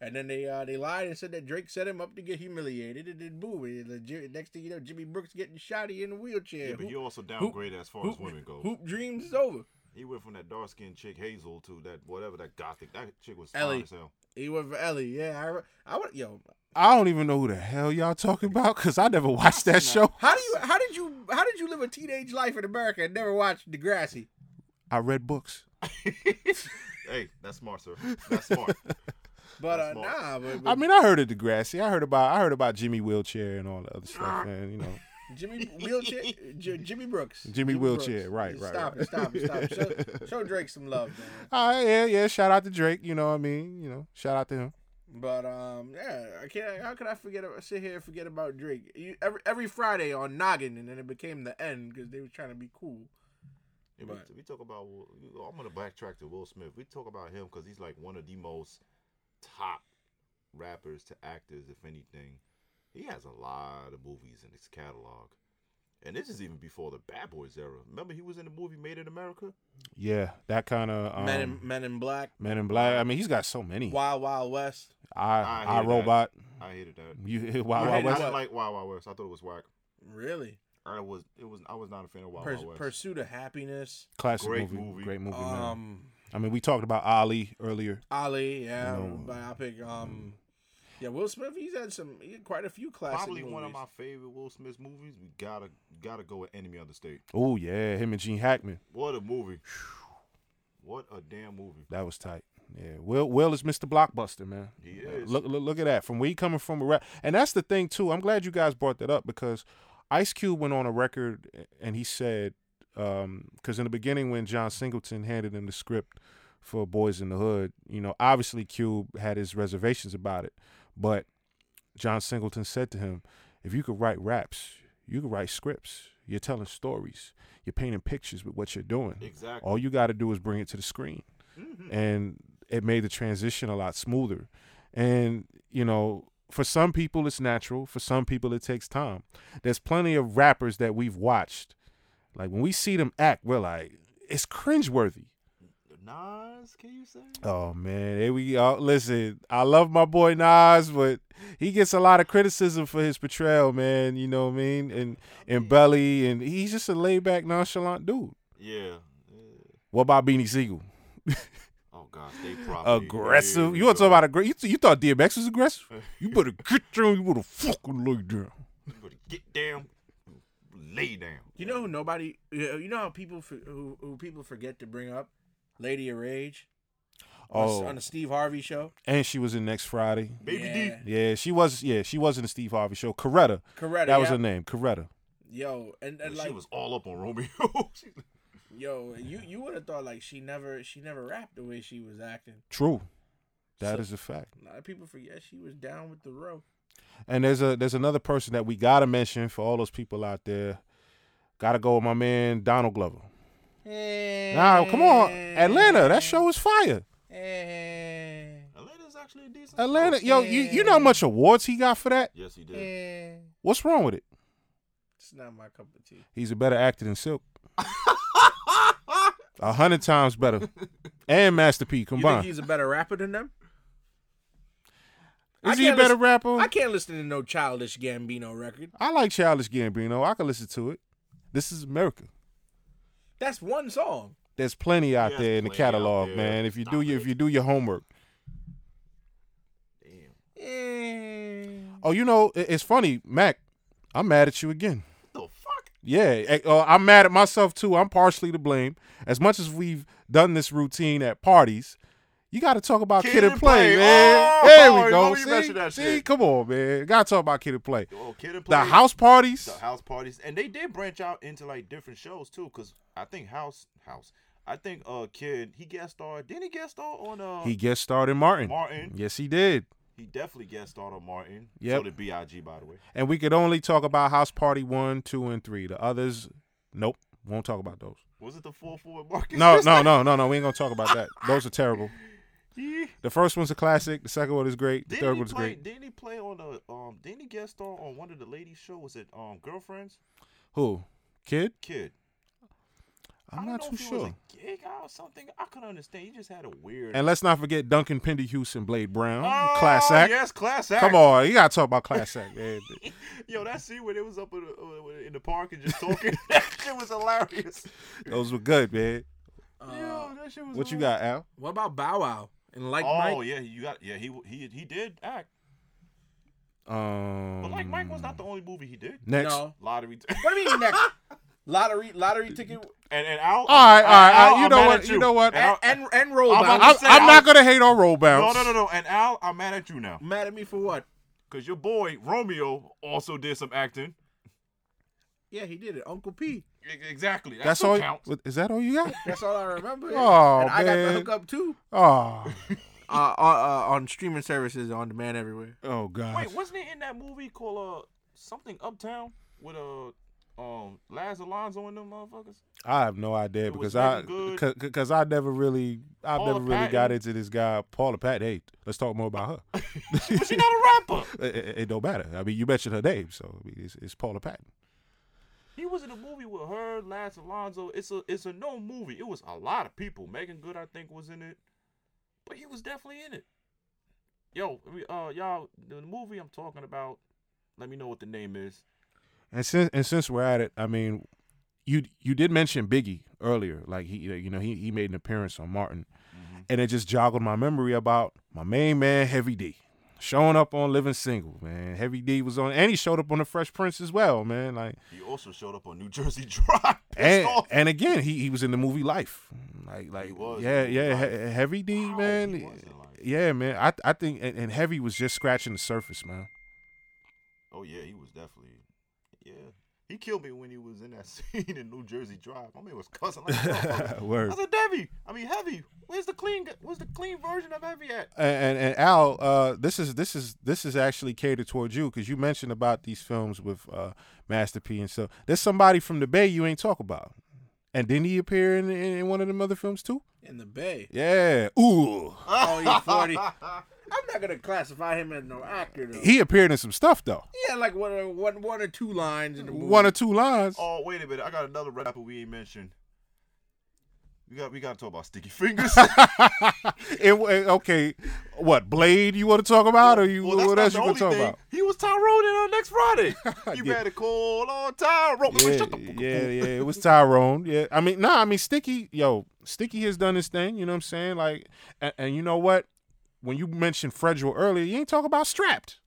S1: And then they uh, they lied and said that Drake set him up to get humiliated, and then boom! it- the Ji- Next thing you know, Jimmy Brooks getting shot. He in the wheelchair.
S3: Yeah, but
S1: Hoop-
S3: you also downgrade as far as
S1: hoop,
S3: women go.
S1: hoop dreams is over.
S3: He went from that dark skinned chick Hazel to that whatever that gothic. That chick was
S1: Ellie.
S3: fine as hell.
S1: He went for Ellie. Yeah, I, re- I would. Yo,
S2: I don't even know who the hell y'all talking about because I never watched that show.
S1: How do you? How did you? How did you live a teenage life in America and never watch Degrassi?
S2: I read books.
S3: Hey, that's smart, sir. That's smart.
S1: But uh,
S3: That's smart.
S1: nah, but, but
S2: I mean, I heard of Degrassi. I heard about I heard about Jimmy Wheelchair and all the other stuff, and you know,
S1: Jimmy wheelchair, J- Jimmy Brooks,
S2: Jimmy Wheelchair, right, right,
S1: Stop
S2: right.
S1: it, stop it, stop it. Show, show Drake some love, man.
S2: ah, yeah, yeah. Shout out to Drake. You know what I mean? You know, shout out to him.
S1: But um, yeah, I can't. How could I forget? I sit here and forget about Drake you, every every Friday on Noggin, and then it became the end because they were trying to be cool.
S3: Yeah,
S1: Right.
S3: we, we talk about. Will- I'm gonna backtrack to Will Smith. We talk about him because he's like one of the most top rappers to actors, if anything. He has a lot of movies in his catalog, and this is even before the Bad Boys era. Remember, he was in the movie Made in America.
S2: Yeah, that kind of um,
S1: Men in Men in Black,
S2: Men in Black. I mean, he's got so many.
S1: Wild Wild West.
S2: I,
S3: I
S2: I,
S3: hear
S2: Robot.
S3: I hated that.
S2: You, Wild
S1: You
S2: Wild
S1: hate
S3: I
S2: West.
S1: what?
S3: didn't like Wild Wild West. I thought it was whack.
S1: Really,
S3: I was. It was. I was not a fan of Wild
S1: Purs-
S3: Wild West.
S1: Pursuit of Happiness.
S2: Classic
S3: Great
S2: movie.
S3: movie.
S2: Great movie, man.
S1: Um,
S2: I mean, we talked about Ali earlier.
S1: Ali, yeah,
S2: No.
S1: biopic. Um, yeah, Will Smith. He's had some, he had quite a few classic
S3: Probably
S1: movies.
S3: one of my favorite Will Smith movies. We gotta gotta go with Enemy of the State.
S2: Oh yeah, him and Gene Hackman.
S3: What a movie! What a damn movie!
S2: That was tight. Yeah, Will Will is Mr. Blockbuster, man.
S3: He is.
S2: Look, look, look at that. From where he coming from, a rap, and that's the thing too. I'm glad you guys brought that up because Ice Cube went on a record and he said, because in the beginning when John Singleton handed him the script for Boys in the Hood, you know, obviously Cube had his reservations about it, but John Singleton said to him, "If you could write raps, you could write scripts. You're telling stories. You're painting pictures with what you're doing.
S3: Exactly.
S2: All you got to do is bring it to the screen.
S3: Mm-hmm.
S2: And it made the transition a lot smoother. And, you know, for some people it's natural, for some people it takes time. There's plenty of rappers that we've watched. Like when we see them act, we're like, it's cringeworthy.
S3: Nas, can you say?
S2: Oh man, here we go. Listen, I love my boy Nas, but he gets a lot of criticism for his portrayal, man. You know what I mean? And and Belly, and he's just a laid back, nonchalant dude.
S3: Yeah.
S2: What about Beanie Siegel?
S3: Oh God, they probably
S2: aggressive.
S3: Here
S2: You want to
S3: we
S2: talk
S3: go.
S2: about aggressive? You, th- you thought DMX was aggressive? You better get down. You better fucking lay down.
S3: You better Get down, lay down.
S1: You know who nobody? You you know how people for, who who people forget to bring up, Lady of Rage. on the- on
S2: Oh,
S1: the Steve Harvey show.
S2: and she was in next Friday.
S3: Baby D.
S1: Yeah.
S2: Yeah, she was. Yeah, she was in the Steve Harvey show. Coretta.
S1: Coretta.
S2: That was
S1: yeah.
S2: her name. Coretta.
S1: Yo, and, and
S3: she
S1: like
S3: was all up on Romeo. She-
S1: yo, you you would have thought like she never she never rapped the way she was acting.
S2: True. That
S1: So-
S2: is a fact.
S1: A lot of people forget she was down with the row.
S2: And there's a there's another person that we gotta mention for all those people out there. Gotta go with my man Donald Glover. Nah, come on, Atlanta. That show is fire.
S1: Eh,
S3: Atlanta's actually a decent.
S2: Atlanta. Yo, you you know how much awards he got for that?
S3: Yes, he
S1: Eh.
S3: did.
S1: It's
S2: What's wrong with it?
S1: not my cup of tea.
S2: He's a better actor than Silk. A hundred times better. And Master P
S1: You think
S2: combined.
S1: he's a better rapper than them? I
S2: Is he a
S1: can't
S2: better
S1: listen-
S2: rapper?
S1: I
S2: I,
S1: can't listen to no childish Gambino record.
S2: like Childish Gambino. I can listen to it. This is America.
S1: That's one song.
S2: There's plenty out
S3: Yes,
S2: there in the
S3: plenty out
S2: catalog,
S3: there.
S2: man. If you do
S3: Stop
S2: your
S3: it.
S2: if you do your homework.
S3: Damn.
S1: Eh.
S2: Oh, you know, it- it's funny, Mac. I'm mad at you again.
S3: What the fuck?
S2: Yeah, eh, uh, I'm mad at myself too. I'm partially to blame. As much as we've done this routine at parties, you got to talk about kid, and play, man.
S3: Oh,
S2: there we
S3: you
S2: go.
S3: know you mentioned
S2: See,
S3: that
S2: see,
S3: shit.
S2: come on, man. Got to talk about kid and play.
S3: Oh, Kid and
S2: The
S3: Play.
S2: house parties.
S3: the house parties, and they did branch out into like different shows too. Cause I think house house, I think uh kid he guest starred. Didn't he guest star on uh
S2: He guest starred in Martin.
S3: Martin?
S2: Yes, he did.
S3: He definitely guest starred on Martin.
S2: Yep.
S3: So did Big by the way.
S2: And we could only talk about house party one, two, and three. The others, nope, won't talk about those.
S3: Was it the four four Marcus?
S2: No, no, no, no, no. We ain't gonna talk about that. Those are terrible.
S3: He-
S2: The first one's a classic. The second one is great. The
S3: Didn't
S2: third
S3: he
S2: one's
S3: play?
S2: great.
S3: Didn't he play on the um? Didn't he guest star on one of the ladies' show? Was it um girlfriends?
S2: Who? Kid?
S3: Kid. I
S2: I'm
S3: don't
S2: not
S3: know
S2: too
S3: if it was
S2: sure.
S3: a gig or something. I could understand. He just had a weird.
S2: And let's not forget Duncan Pendy Hughes and Blade Brown.
S3: Oh,
S2: class act.
S3: Yes, class act.
S2: Come on, you gotta talk about class act, man.
S3: Yo, that scene when it was up in the, uh, in the park and just talking, that shit was hilarious.
S2: Those were good, man.
S1: Uh,
S3: Yo, that shit was.
S2: What you
S3: hilarious.
S2: got, Al?
S1: what about Bow Wow and Like
S3: Oh
S1: Mike?
S3: yeah, you got yeah. He he he did act.
S2: Um,
S3: But like Mike was
S2: Mm.
S3: not the only movie he did.
S2: next.
S1: No.
S3: Lottery. T-
S1: What do you mean next? lottery, lottery ticket,
S3: and and
S2: All
S3: Al.
S2: right, all right.
S3: and Al,
S2: all right. You
S3: I'm
S2: know
S3: mad
S2: what?
S3: at
S2: You know what?
S3: And
S1: and
S3: I'll-
S1: and, and
S3: I'm
S1: roll
S3: about
S1: bounce.
S3: to
S2: I'm,
S3: say,
S2: I'm
S3: I'll-
S2: not gonna hate on roll
S3: No,
S2: bounce.
S3: no, no, no. And Al, I'm mad at you now
S1: Mad at me for what?
S3: because your boy Romeo also did some acting.
S1: Yeah, he did it. Uncle P.
S3: E- Exactly. That
S2: That's
S3: still
S2: all.
S3: counts.
S2: what- Is that all you got?
S1: That's all I remember.
S2: Oh,
S1: and I got
S2: man.
S1: the hookup too.
S2: Oh,
S1: Uh, on, uh, on streaming services on demand everywhere.
S2: oh God.
S3: Wait, wasn't it in that movie called uh something Uptown with uh um Laz Alonso and them motherfuckers?
S2: I have no idea
S3: It was
S2: because I
S3: written
S2: because I never really I've
S3: Paula
S2: never really got
S3: Patton.
S2: into this guy Paula Patton. Hey, let's talk more about her.
S3: But she not a rapper.
S2: it, it- it don't matter. I mean, you mentioned her name, so I mean, it's, it's Paula Patton.
S3: He was in a movie with her, Lance Alonso. It's a it's a known movie. It was a lot of people. Megan Good, I think, was in it, but he was definitely in it. Yo, we- uh, y'all, the movie I'm talking about. Let me know what the name is.
S2: And since and since we're at it, I mean, you you did mention Biggie earlier. Like he you know he he made an appearance on Martin,
S3: Mm-hmm.
S2: and it just joggled my memory about my main man Heavy D. Showing up on Living Single, man. Heavy D was on, and he showed up on The Fresh Prince as well, man. Like,
S3: He also showed up on New Jersey Drive.
S2: and,
S3: Pissed off.
S2: and again, he, he was in the movie Life, like like
S3: was in
S2: yeah
S3: the movie
S2: yeah
S3: Life.
S2: he- Heavy D
S3: Wow,
S2: man
S3: Oh, he was in Life.
S2: yeah man I I think and, and Heavy was just scratching the surface man
S3: Oh yeah, he was definitely. Yeah, he killed me when he was in that scene in New Jersey Drive. I mean, was cussing like. a motherfucker.
S2: word
S3: I said, Debbie. I mean, heavy. Where's the clean? Where's the clean version of heavy at?
S2: and, and and Al uh this is this is this is actually catered towards you because you mentioned about these films with uh Master P and so there's somebody from the Bay you ain't talk about and didn't he appear in in, in one of them other films too
S1: In the Bay.
S2: yeah ooh
S1: Oh, he's 40. I'm not going to classify him as no actor, though.
S2: he appeared in some stuff though
S1: yeah, like one, or- one, one or two lines in the movie.
S2: one or two lines
S3: Oh, wait a minute. I got another rapper we ain't mentioned. We got we gotta talk about sticky fingers.
S2: It, wa- okay, what Blade you want to talk about, or you
S3: Well,
S2: what
S3: not
S2: else
S3: the
S2: you want to
S3: only
S2: talk
S3: thing.
S2: about?
S3: He was Tyrone in on next Friday. You
S2: Yeah.
S3: better call on Tyrone.
S2: Yeah,
S3: Shut the fuck up.
S2: yeah, yeah. It was Tyrone. Yeah, I mean, nah, I mean Sticky. Yo, Sticky has done his thing. You know what I'm saying? Like, and, and you know what? When you mentioned Fredro earlier, you ain't talk about Strapped.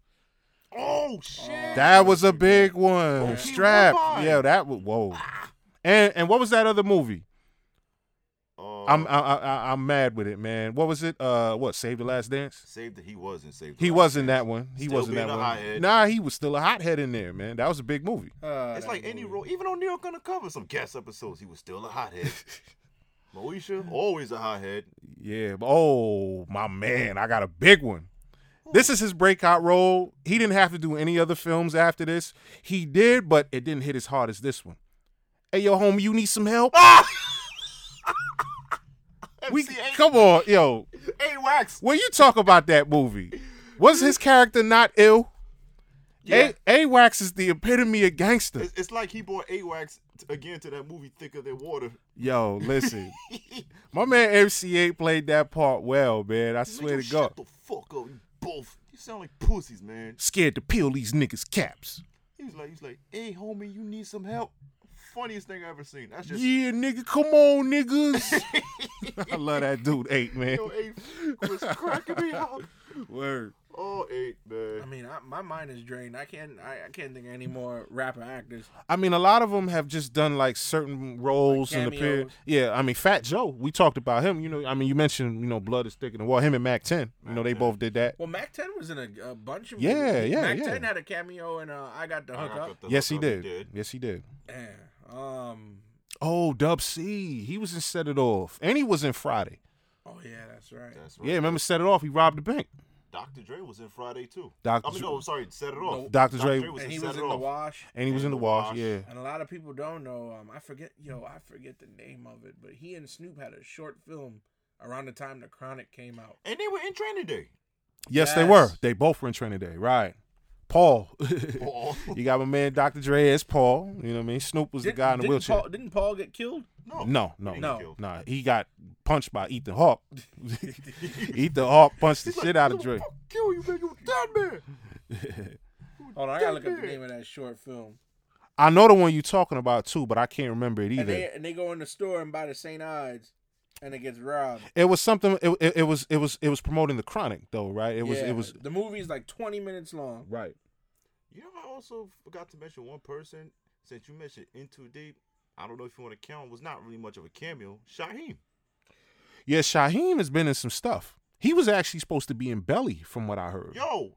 S3: Oh shit.
S2: That was a big one.
S3: Yeah.
S2: Strapped.
S3: Keep one
S2: Yeah, that was whoa. And and what was that other movie?
S3: Uh,
S2: I'm I, I, I- I'm mad with it, man. What was it? Uh, what Save the Last Dance?
S3: saved that he wasn't saved.
S2: He wasn't that one. He
S3: Still
S2: wasn't
S3: being
S2: that
S3: a
S2: one.
S3: hothead.
S2: Nah, he was still a hothead in there, man. That was a big movie.
S1: Uh,
S3: It's
S1: that
S3: like any
S1: movie.
S3: role, even on New York Undercover, some guest episodes, he was still a hothead. Moesha, always a hothead.
S2: Yeah. but- Oh my man, I got a big one. This is his breakout role. He didn't have to do any other films after this. He did, but it didn't hit as hard as this one. Hey, yo, homie, you need some help?
S3: Ah!
S2: we
S3: MCA.
S2: come on, yo.
S3: Hey, Wax.
S2: When you talk about that movie, was his character not ill?
S3: Yeah.
S2: A Wax is the epitome of gangster.
S3: It's, it's like he brought AWACS t- again to that movie Thicker Than Water.
S2: Yo, listen. My man MC8 played that part well, man. I swear
S3: Nigga,
S2: to God.
S3: shut the fuck up, you both. You sound like pussies, man.
S2: Scared to peel these niggas' caps.
S3: He was like, he was like, hey, homie, you need some help. Funniest thing I ever seen. That's just
S2: Yeah, nigga, come on, niggas. I love that dude, eight man.
S3: yo, eight was cracking me up.
S2: Word.
S3: Oh, eight man.
S1: I mean, I, my mind is drained. I can't. I, I can't think of any more rapper actors.
S2: I mean, a lot of them have just done like certain roles
S1: Like
S2: in the period.
S1: cameos.
S2: Yeah, I mean, Fat Joe. We talked about him. You know, I mean, you mentioned you know, blood is thicker than water. Him and Mac Ten. You know, they both did that.
S1: Well, Mac Ten was in a, a bunch of
S2: Yeah,
S1: movies.
S2: yeah,
S1: Mac
S2: yeah.
S1: Ten had a cameo in uh, I Got the
S3: I
S1: Hook
S3: got
S1: Up.
S3: the
S2: Yes, he
S3: hook up,
S2: did. Yes, he did.
S1: Yeah. Um.
S2: Oh, Dub C. He was in Set It Off, and he was in Friday.
S1: Oh yeah, that's right.
S3: That's right.
S2: Yeah, remember Set It Off? He robbed the bank.
S3: Dr. Dre was in Friday too.
S2: Dr.
S3: I mean, no, sorry, set it off.
S1: No.
S2: Dr. Dre-
S3: was
S1: and
S3: in
S1: he
S3: set
S1: was
S3: it
S1: in the
S3: off.
S1: wash.
S2: And he was in the wash. Yeah.
S1: And a lot of people don't know. Um, I forget. Yo, I forget the name of it. But he and Snoop had a short film around the time The Chronic came out.
S3: And they were in Training Day.
S2: Yes, they
S1: Yes.
S2: were. They both were in Training Day. Right. Paul.
S1: Oh.
S3: Paul.
S2: You got my man Dr. Dre as Paul. You know what I mean? Snoop was the guy in the
S1: didn't
S2: wheelchair.
S1: Paul, didn't Paul get killed?
S3: No.
S2: no, no,
S3: He
S2: no,
S1: got
S3: killed.
S2: Nah, he got punched by Ethan Hawke. Ethan Hawke punched the shit out of Dre.
S3: Fuck you, you man, you dead man.
S1: Hold on, I gotta look up the name of that short film.
S2: I know the one you talking about too, but I can't remember it
S1: And
S2: either.
S1: they and they go in the store and buy the St. Ides, and it gets robbed.
S2: It was something. It, it, it was. It was. It was promoting the chronic though, right? It was.
S1: Yeah,
S2: It was.
S1: the movie's like twenty minutes long.
S2: Right.
S3: You know, I also forgot to mention one person since you mentioned Into Deep. I don't know if you want to count. Was not really much of a cameo. Shaheem.
S2: Yeah, Shaheem has been in some stuff. He was actually supposed to be in Belly, from what I heard.
S3: Yo,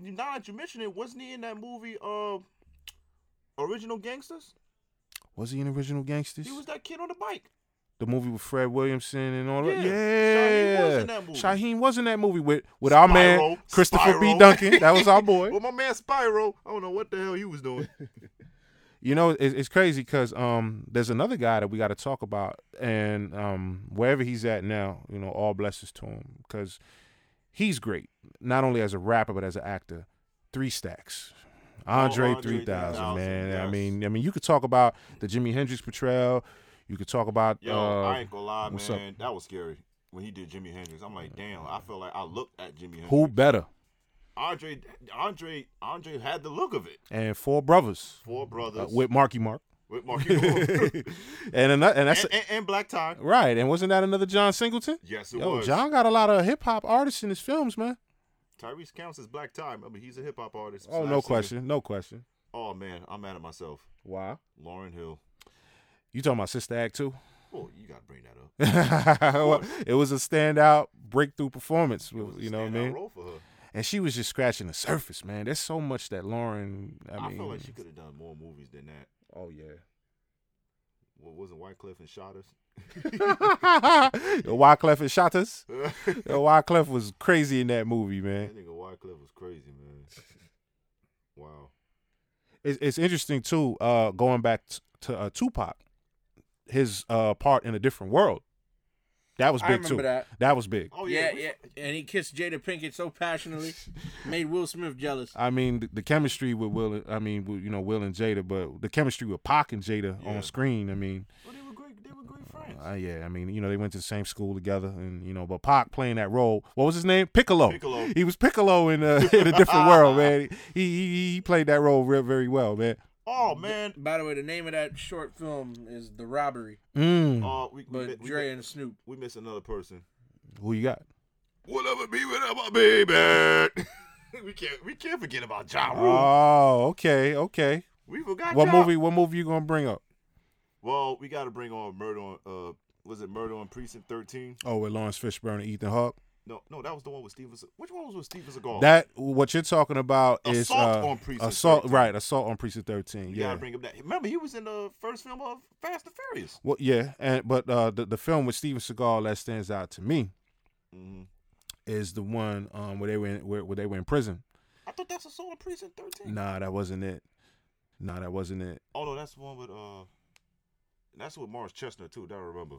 S3: now that you mention it, wasn't he in that movie? Uh, Original Gangsters.
S2: Was he in Original Gangsters?
S3: He was that kid on the bike.
S2: the movie with Fred Williamson and all that.
S3: Yeah,
S2: Yeah,
S3: Shaheem was in that movie.
S2: Shaheem was in that movie with with our man
S3: Spyro,
S2: Christopher B.
S3: Spyro.
S2: Duncan. That was our boy.
S3: Well, my man Spyro. I don't know what the hell he was doing.
S2: you know it's, it's crazy because um there's another guy that we got to talk about and um wherever he's at now you know all blessings to him because he's great not only as a rapper but as an actor three stacks andre,
S3: Oh, Andre
S2: 3000 man
S3: 3000,
S2: i
S3: yes.
S2: mean i mean you could talk about the jimi hendrix portrayal you could talk about
S3: Yo,
S2: uh,
S3: I ain't gonna lie,
S2: what's
S3: man. That was scary when he did Jimi Hendrix. I'm like, damn. I feel like I looked at Jimi Hendrix.
S2: who better
S3: Andre, Andre, Andre had the look of it.
S2: and four brothers
S3: Four brothers
S2: uh, with marky mark
S3: with Marky Moore. and,
S2: and another and that's
S3: and, and Black Tie.
S2: right and wasn't that another john singleton
S3: Yes, it
S2: Yo,
S3: was.
S2: John got a lot of hip hop artists in his films, man.
S3: Tyrese counts as Black Tie. Remember, he's a hip hop artist.
S2: Oh,
S3: So
S2: no
S3: I've seen him.
S2: question, no question.
S3: Oh man, I'm mad at myself.
S2: Why?
S3: Lauren Hill.
S2: You talking about Sister Act too?
S3: Oh, you gotta bring that up.
S2: Well, it was a standout breakthrough performance.
S3: It was a
S2: You know what I
S3: standout
S2: mean?
S3: Role for her.
S2: And she was just scratching the surface, man. There's so much that Lauren. I,
S3: I,
S2: mean,
S3: feel like she could have done more movies than that.
S2: oh yeah.
S3: What wasn't Wycliffe and Shot
S2: Yo, Wyclef and Shatas.
S3: us?
S2: Yo, Wyclef was crazy in that movie, man.
S3: That nigga Wyclef was crazy, man. Wow.
S2: It's, it's interesting too. Uh, going back t- to uh, Tupac, his uh part in a different world. That was
S1: I
S2: big
S1: remember
S2: too.
S1: that.
S2: that was big.
S3: Oh
S1: yeah,
S3: we-
S1: yeah, and he kissed Jada Pinkett so passionately, made Will Smith jealous.
S2: I mean, the, the chemistry with Will. I mean, with, you know, Will and Jada, but the chemistry with Pac and Jada
S3: Yeah.
S2: on screen. I mean,
S3: Well, they were great. They were great friends.
S2: uh, yeah. I mean, you know, they went to the same school together, and you know, but Pac playing that role. What was his name? Piccolo.
S3: Piccolo.
S2: He was Piccolo in, uh, in a different world, man. He, he he played that role real, very well, man.
S3: Oh man.
S1: By the way, the name of that short film is The Robbery,
S2: Mm.
S1: Oh.
S3: Uh, we, we,
S1: but
S3: mi- we,
S1: Dre
S3: mi-
S1: and Snoop.
S3: we miss another person.
S2: Who you got?
S3: Whatever be without my baby. we can't. We can't forget about John Rule.
S2: Oh, okay, okay.
S3: we forgot.
S2: What
S3: Ja.
S2: movie? What movie you gonna bring up?
S3: Well, we got to bring on Murder on. Uh, was it Murder on Precinct Thirteen?
S2: Oh, with Lawrence Fishburne and Ethan Hawke.
S3: No, no, that was the one with Steven. Se- Which one was with Steven Seagal?
S2: That what you're talking about is
S3: Oh. Assault
S2: uh,
S3: on Precinct
S2: assault,
S3: 13.
S2: right? Assault on precinct 13.
S3: you
S2: yeah,
S3: gotta bring him that. Remember, he was in the first film of Fast and Furious.
S2: Well, yeah, and but uh, the the film with Steven Seagal that stands out to me Mm-hmm.
S3: hmm
S2: is the one um, where they were in, where, where they were in prison.
S3: I thought that's Assault on Precinct Thirteen.
S2: Nah, that wasn't it. Nah, that wasn't it.
S3: Oh no, that's the one with uh, that's with Morris Chestnut too. That I remember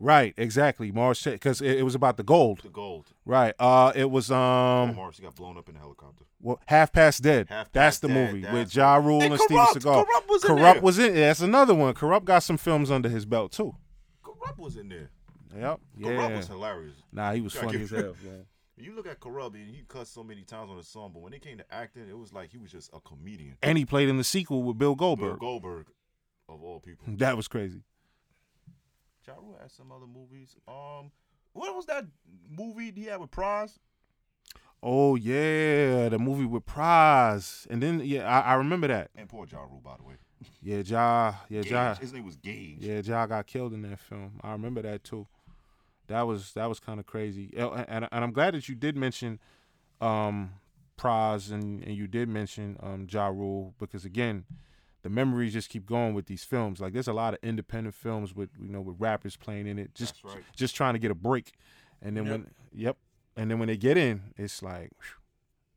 S2: Right, exactly. Mars, because it, it was about the gold.
S3: the gold.
S2: Right. Uh, it was
S3: Um,
S2: um,
S3: Morris he got blown up in the helicopter.
S2: well, half past dead.
S3: Half
S2: that's
S3: Past
S2: the
S3: Dead,
S2: movie
S3: that's
S2: with Ja Rule and,
S3: And
S2: Steven
S3: Corrupt,
S2: Seagal.
S3: Corrupt was in
S2: Corrupt
S3: there.
S2: was in. That's another one. Corrupt got some films under his belt too.
S3: Corrupt was in there.
S2: Yep.
S3: Corrupt
S2: Yeah.
S3: was hilarious.
S2: Nah, he was
S3: Yeah, I
S2: funny as
S3: give-
S2: hell. man.
S3: You look at Corrupt and he cussed so many times on the song, but when it came to acting, it was like he was just a comedian.
S2: And he played in the sequel with Bill Goldberg. Hmm.
S3: Bill Goldberg, of all people.
S2: That was crazy.
S3: Ja Rule had some other movies. Um, what was that movie he had with Prize?
S2: Oh yeah, the movie with Prize, and then yeah, I, I remember that.
S3: And poor Ja Rule, by the way.
S2: Yeah, Ja, yeah
S3: Gage.
S2: Ja,
S3: His name was Gage.
S2: yeah Ja got killed in that film. I remember that too. That was that was kind of crazy, Oh, and, and and I'm glad that you did mention um Prize and and you did mention um Ja Rule because again, the memories just keep going with these films. Like there's a lot of independent films with you know with rappers playing in it, just
S3: That's right.
S2: just trying to get a break, and then
S1: Yep.
S2: when yep, and then when they get in, it's like whew,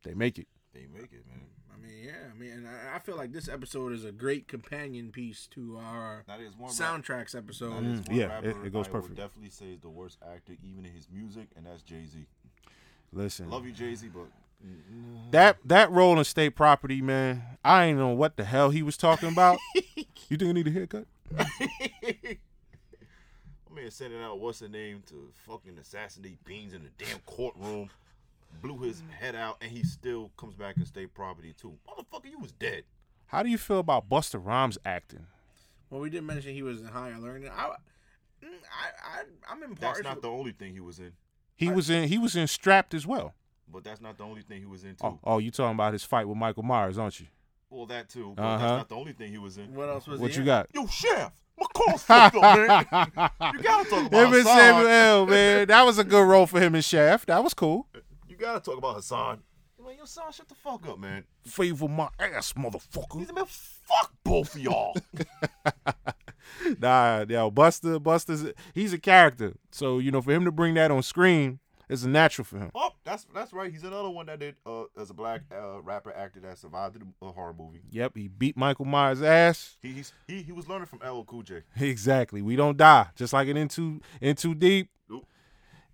S2: they make it.
S3: They make it, man.
S1: I mean, yeah, I mean, and I, I feel like this episode is a great companion piece to our
S3: That is one. rap-
S1: soundtracks
S3: that
S1: episode.
S3: is
S2: Mm,
S3: one
S2: yeah,
S3: rapper
S2: it- it goes
S3: I
S2: perfect.
S3: Would definitely say is the worst actor, even in his music, and that's Jay Z.
S2: Listen,
S3: Love you, Jay Z, but
S2: that that role in state property, man. I ain't know what the hell he was talking about. you think I need a haircut?
S3: I mean, sending out what's the name to fucking assassinate Beans in the damn courtroom, blew his head out, and he still comes back and stay property too. Motherfucker, you was dead.
S2: How do you feel about Buster Rhymes acting?
S1: Well, we did mention he was in Higher Learning. I, mm, I, I I'm
S3: That's
S1: impartial.
S3: not the only thing he was in.
S2: He was in he was in Strapped as well.
S3: But that's not the only thing he was into.
S2: Oh, oh, you talking about his fight with Michael Myers, aren't you?
S3: Well, that too. But
S2: Uh-huh.
S3: that's not the only thing he was in.
S1: What else was
S2: What
S1: he
S2: you
S1: in?
S2: got?
S3: Yo, Chef, my car's fucked up, man. You gotta talk about
S2: Him and
S3: Hassan.
S2: Samuel L. Man, that was a good role for him in Shaft. That was cool.
S3: You gotta talk about Hassan. Man, yo, son, shut the fuck up, man.
S2: Favor my ass, motherfucker.
S3: He's a man. Fuck both of y'all.
S2: Nah, yo, Buster, Buster's he's a character. So, you know, for him to bring that on screen is a natural for him.
S3: oh, that's that's right. He's another one that did uh, as a black uh, rapper actor that survived the uh, horror movie.
S2: Yep, he beat Michael Myers' ass.
S3: He he's, he he was learning from LL Cool J.
S2: Exactly. We don't die. Just like in Into Into Deep.
S3: Nope.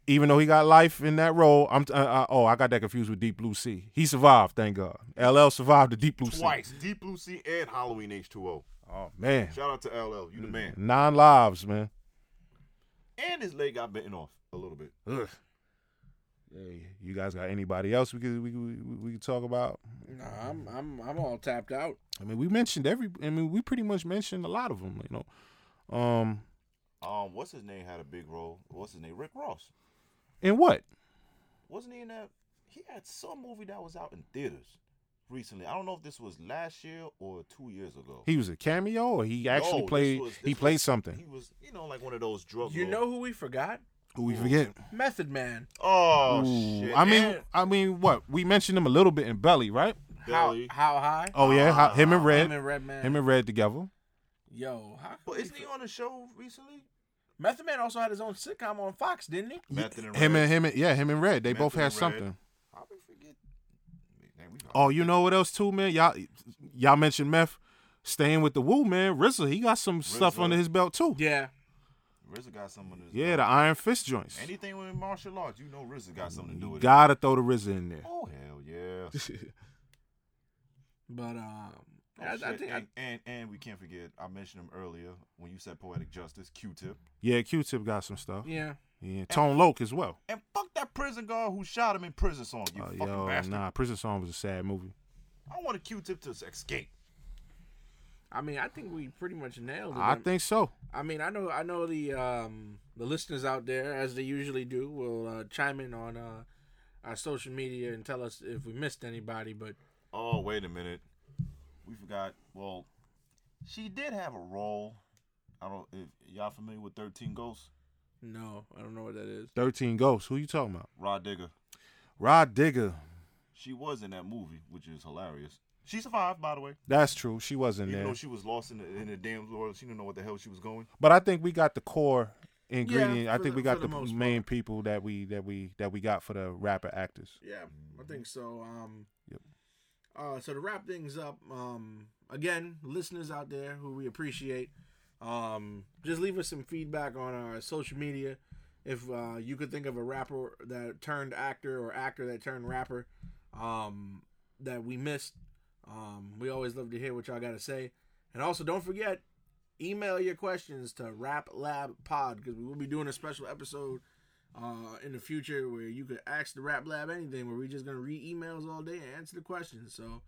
S2: Even though he got life in that role, I'm t- uh, uh, oh I got that confused with Deep Blue Sea. He survived, thank God. LL survived the Deep Blue Sea.
S3: Twice, Deep Blue Sea and Halloween H2O.
S2: Oh man,
S3: Shout out to LL, you the man.
S2: nine lives, man.
S3: And his leg got bitten off a little bit.
S2: Ugh. Hey, you guys got anybody else we could we could, we, we could talk about?
S1: Nah, I'm I'm I'm all tapped out.
S2: I mean, we mentioned every. I mean, we pretty much mentioned a lot of them. You know, um,
S3: Um, what's his name had a big role? What's his name? Rick Ross.
S2: and what?
S3: Wasn't he in that? He had some movie that was out in theaters recently. I don't know if this was last year or two years ago.
S2: He was a cameo, or he actually
S3: No, this
S2: played.
S3: was-
S2: he
S3: this
S2: played
S3: was-
S2: something.
S3: He was, you know, like one of those drug.
S1: You
S3: lords.
S1: know who we forgot?
S2: Who we forget?
S1: Method Man.
S3: Oh
S2: Ooh,
S3: shit!
S2: I mean,
S3: And
S2: I mean, what? We mentioned him a little bit in Belly, right?
S1: How
S3: Belly.
S1: how high?
S2: Oh yeah, how, him
S3: Ah,
S2: and Red,
S1: Him and Red Man.
S2: him and Red together.
S1: Yo, how
S3: But
S1: could
S3: isn't
S1: we
S3: he on a show recently?
S1: for- Method Man also had his own sitcom on Fox, didn't he?
S3: Method and
S2: Him
S3: Red.
S2: and him and yeah, him and Red. They
S3: Method
S2: both had
S3: and Red.
S2: something.
S3: How we forget? Man, we-
S2: Oh, you know what else too, man? Y'all, y'all mentioned meth. Staying with the Woo, man. RZA, he got some stuff
S3: RZA.
S2: under his belt too.
S1: Yeah.
S3: RZA got something to
S2: Yeah, the Iron Fist joints.
S3: Anything with martial arts, you know, RZA got something to do
S2: You
S3: with it.
S2: gotta throw the RZA in there.
S3: Oh hell yeah!
S1: But um,
S3: Oh,
S1: I, I
S3: shit.
S1: think I,
S3: and, and and we can't forget. I mentioned him earlier when you said poetic justice, Q-Tip,
S2: Yeah, Q-Tip got some stuff.
S1: yeah.
S2: Yeah, Tone Loc as well.
S3: and fuck that prison guard who shot him in prison song. You
S2: Uh,
S3: fucking
S2: yo,
S3: bastard!
S2: nah, Prison Song was a sad movie.
S3: I want a Q-Tip to escape.
S1: I mean, I think we pretty much nailed it.
S2: I think so.
S1: I mean, I know, I know the um, the listeners out there, as they usually do, will uh, chime in on uh, our social media and tell us if we missed anybody. But
S3: Oh wait a minute, we forgot. Well, she did have a role. I don't. If y'all familiar with Thirteen Ghosts?
S1: no, I don't know what that is.
S2: Thirteen Ghosts. Who you talking about?
S3: Rod Digger.
S2: Rod Digger.
S3: She was in that movie, which is hilarious. She survived, by the way.
S2: That's true. She wasn't
S3: Even
S2: there,
S3: though she was lost in the, in the damn world, she didn't know what the hell she was going.
S2: but I think we got the core ingredient. I
S1: for
S2: think
S1: the-
S2: we
S1: for
S2: got
S1: the
S2: the,
S1: most
S2: main people that we that we that we got for the rapper actors.
S1: Yeah, I think so. Um,
S2: Yep.
S1: Uh, so to wrap things up, um, again, listeners out there who we appreciate, um, just leave us some feedback on our social media. If uh, you could think of a rapper that turned actor or actor that turned rapper um, that we missed, um, we always love to hear what y'all got to say. And also, don't forget, email your questions to Rap Lab Pod because we will be doing a special episode uh, in the future where you could ask the Rap Lab anything, where we're just going to read emails all day and answer the questions. So,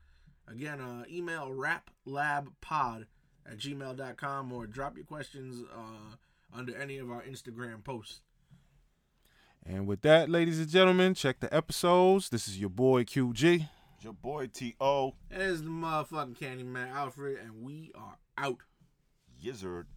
S1: again, uh, email raplabpod at gmail.com or drop your questions uh, under any of our Instagram posts.
S2: And with that, ladies and gentlemen, check the episodes. This is your boy QG.
S3: Your boy T.O.
S1: It's the motherfucking Candyman Alfred, and we are out.
S3: Yizzard.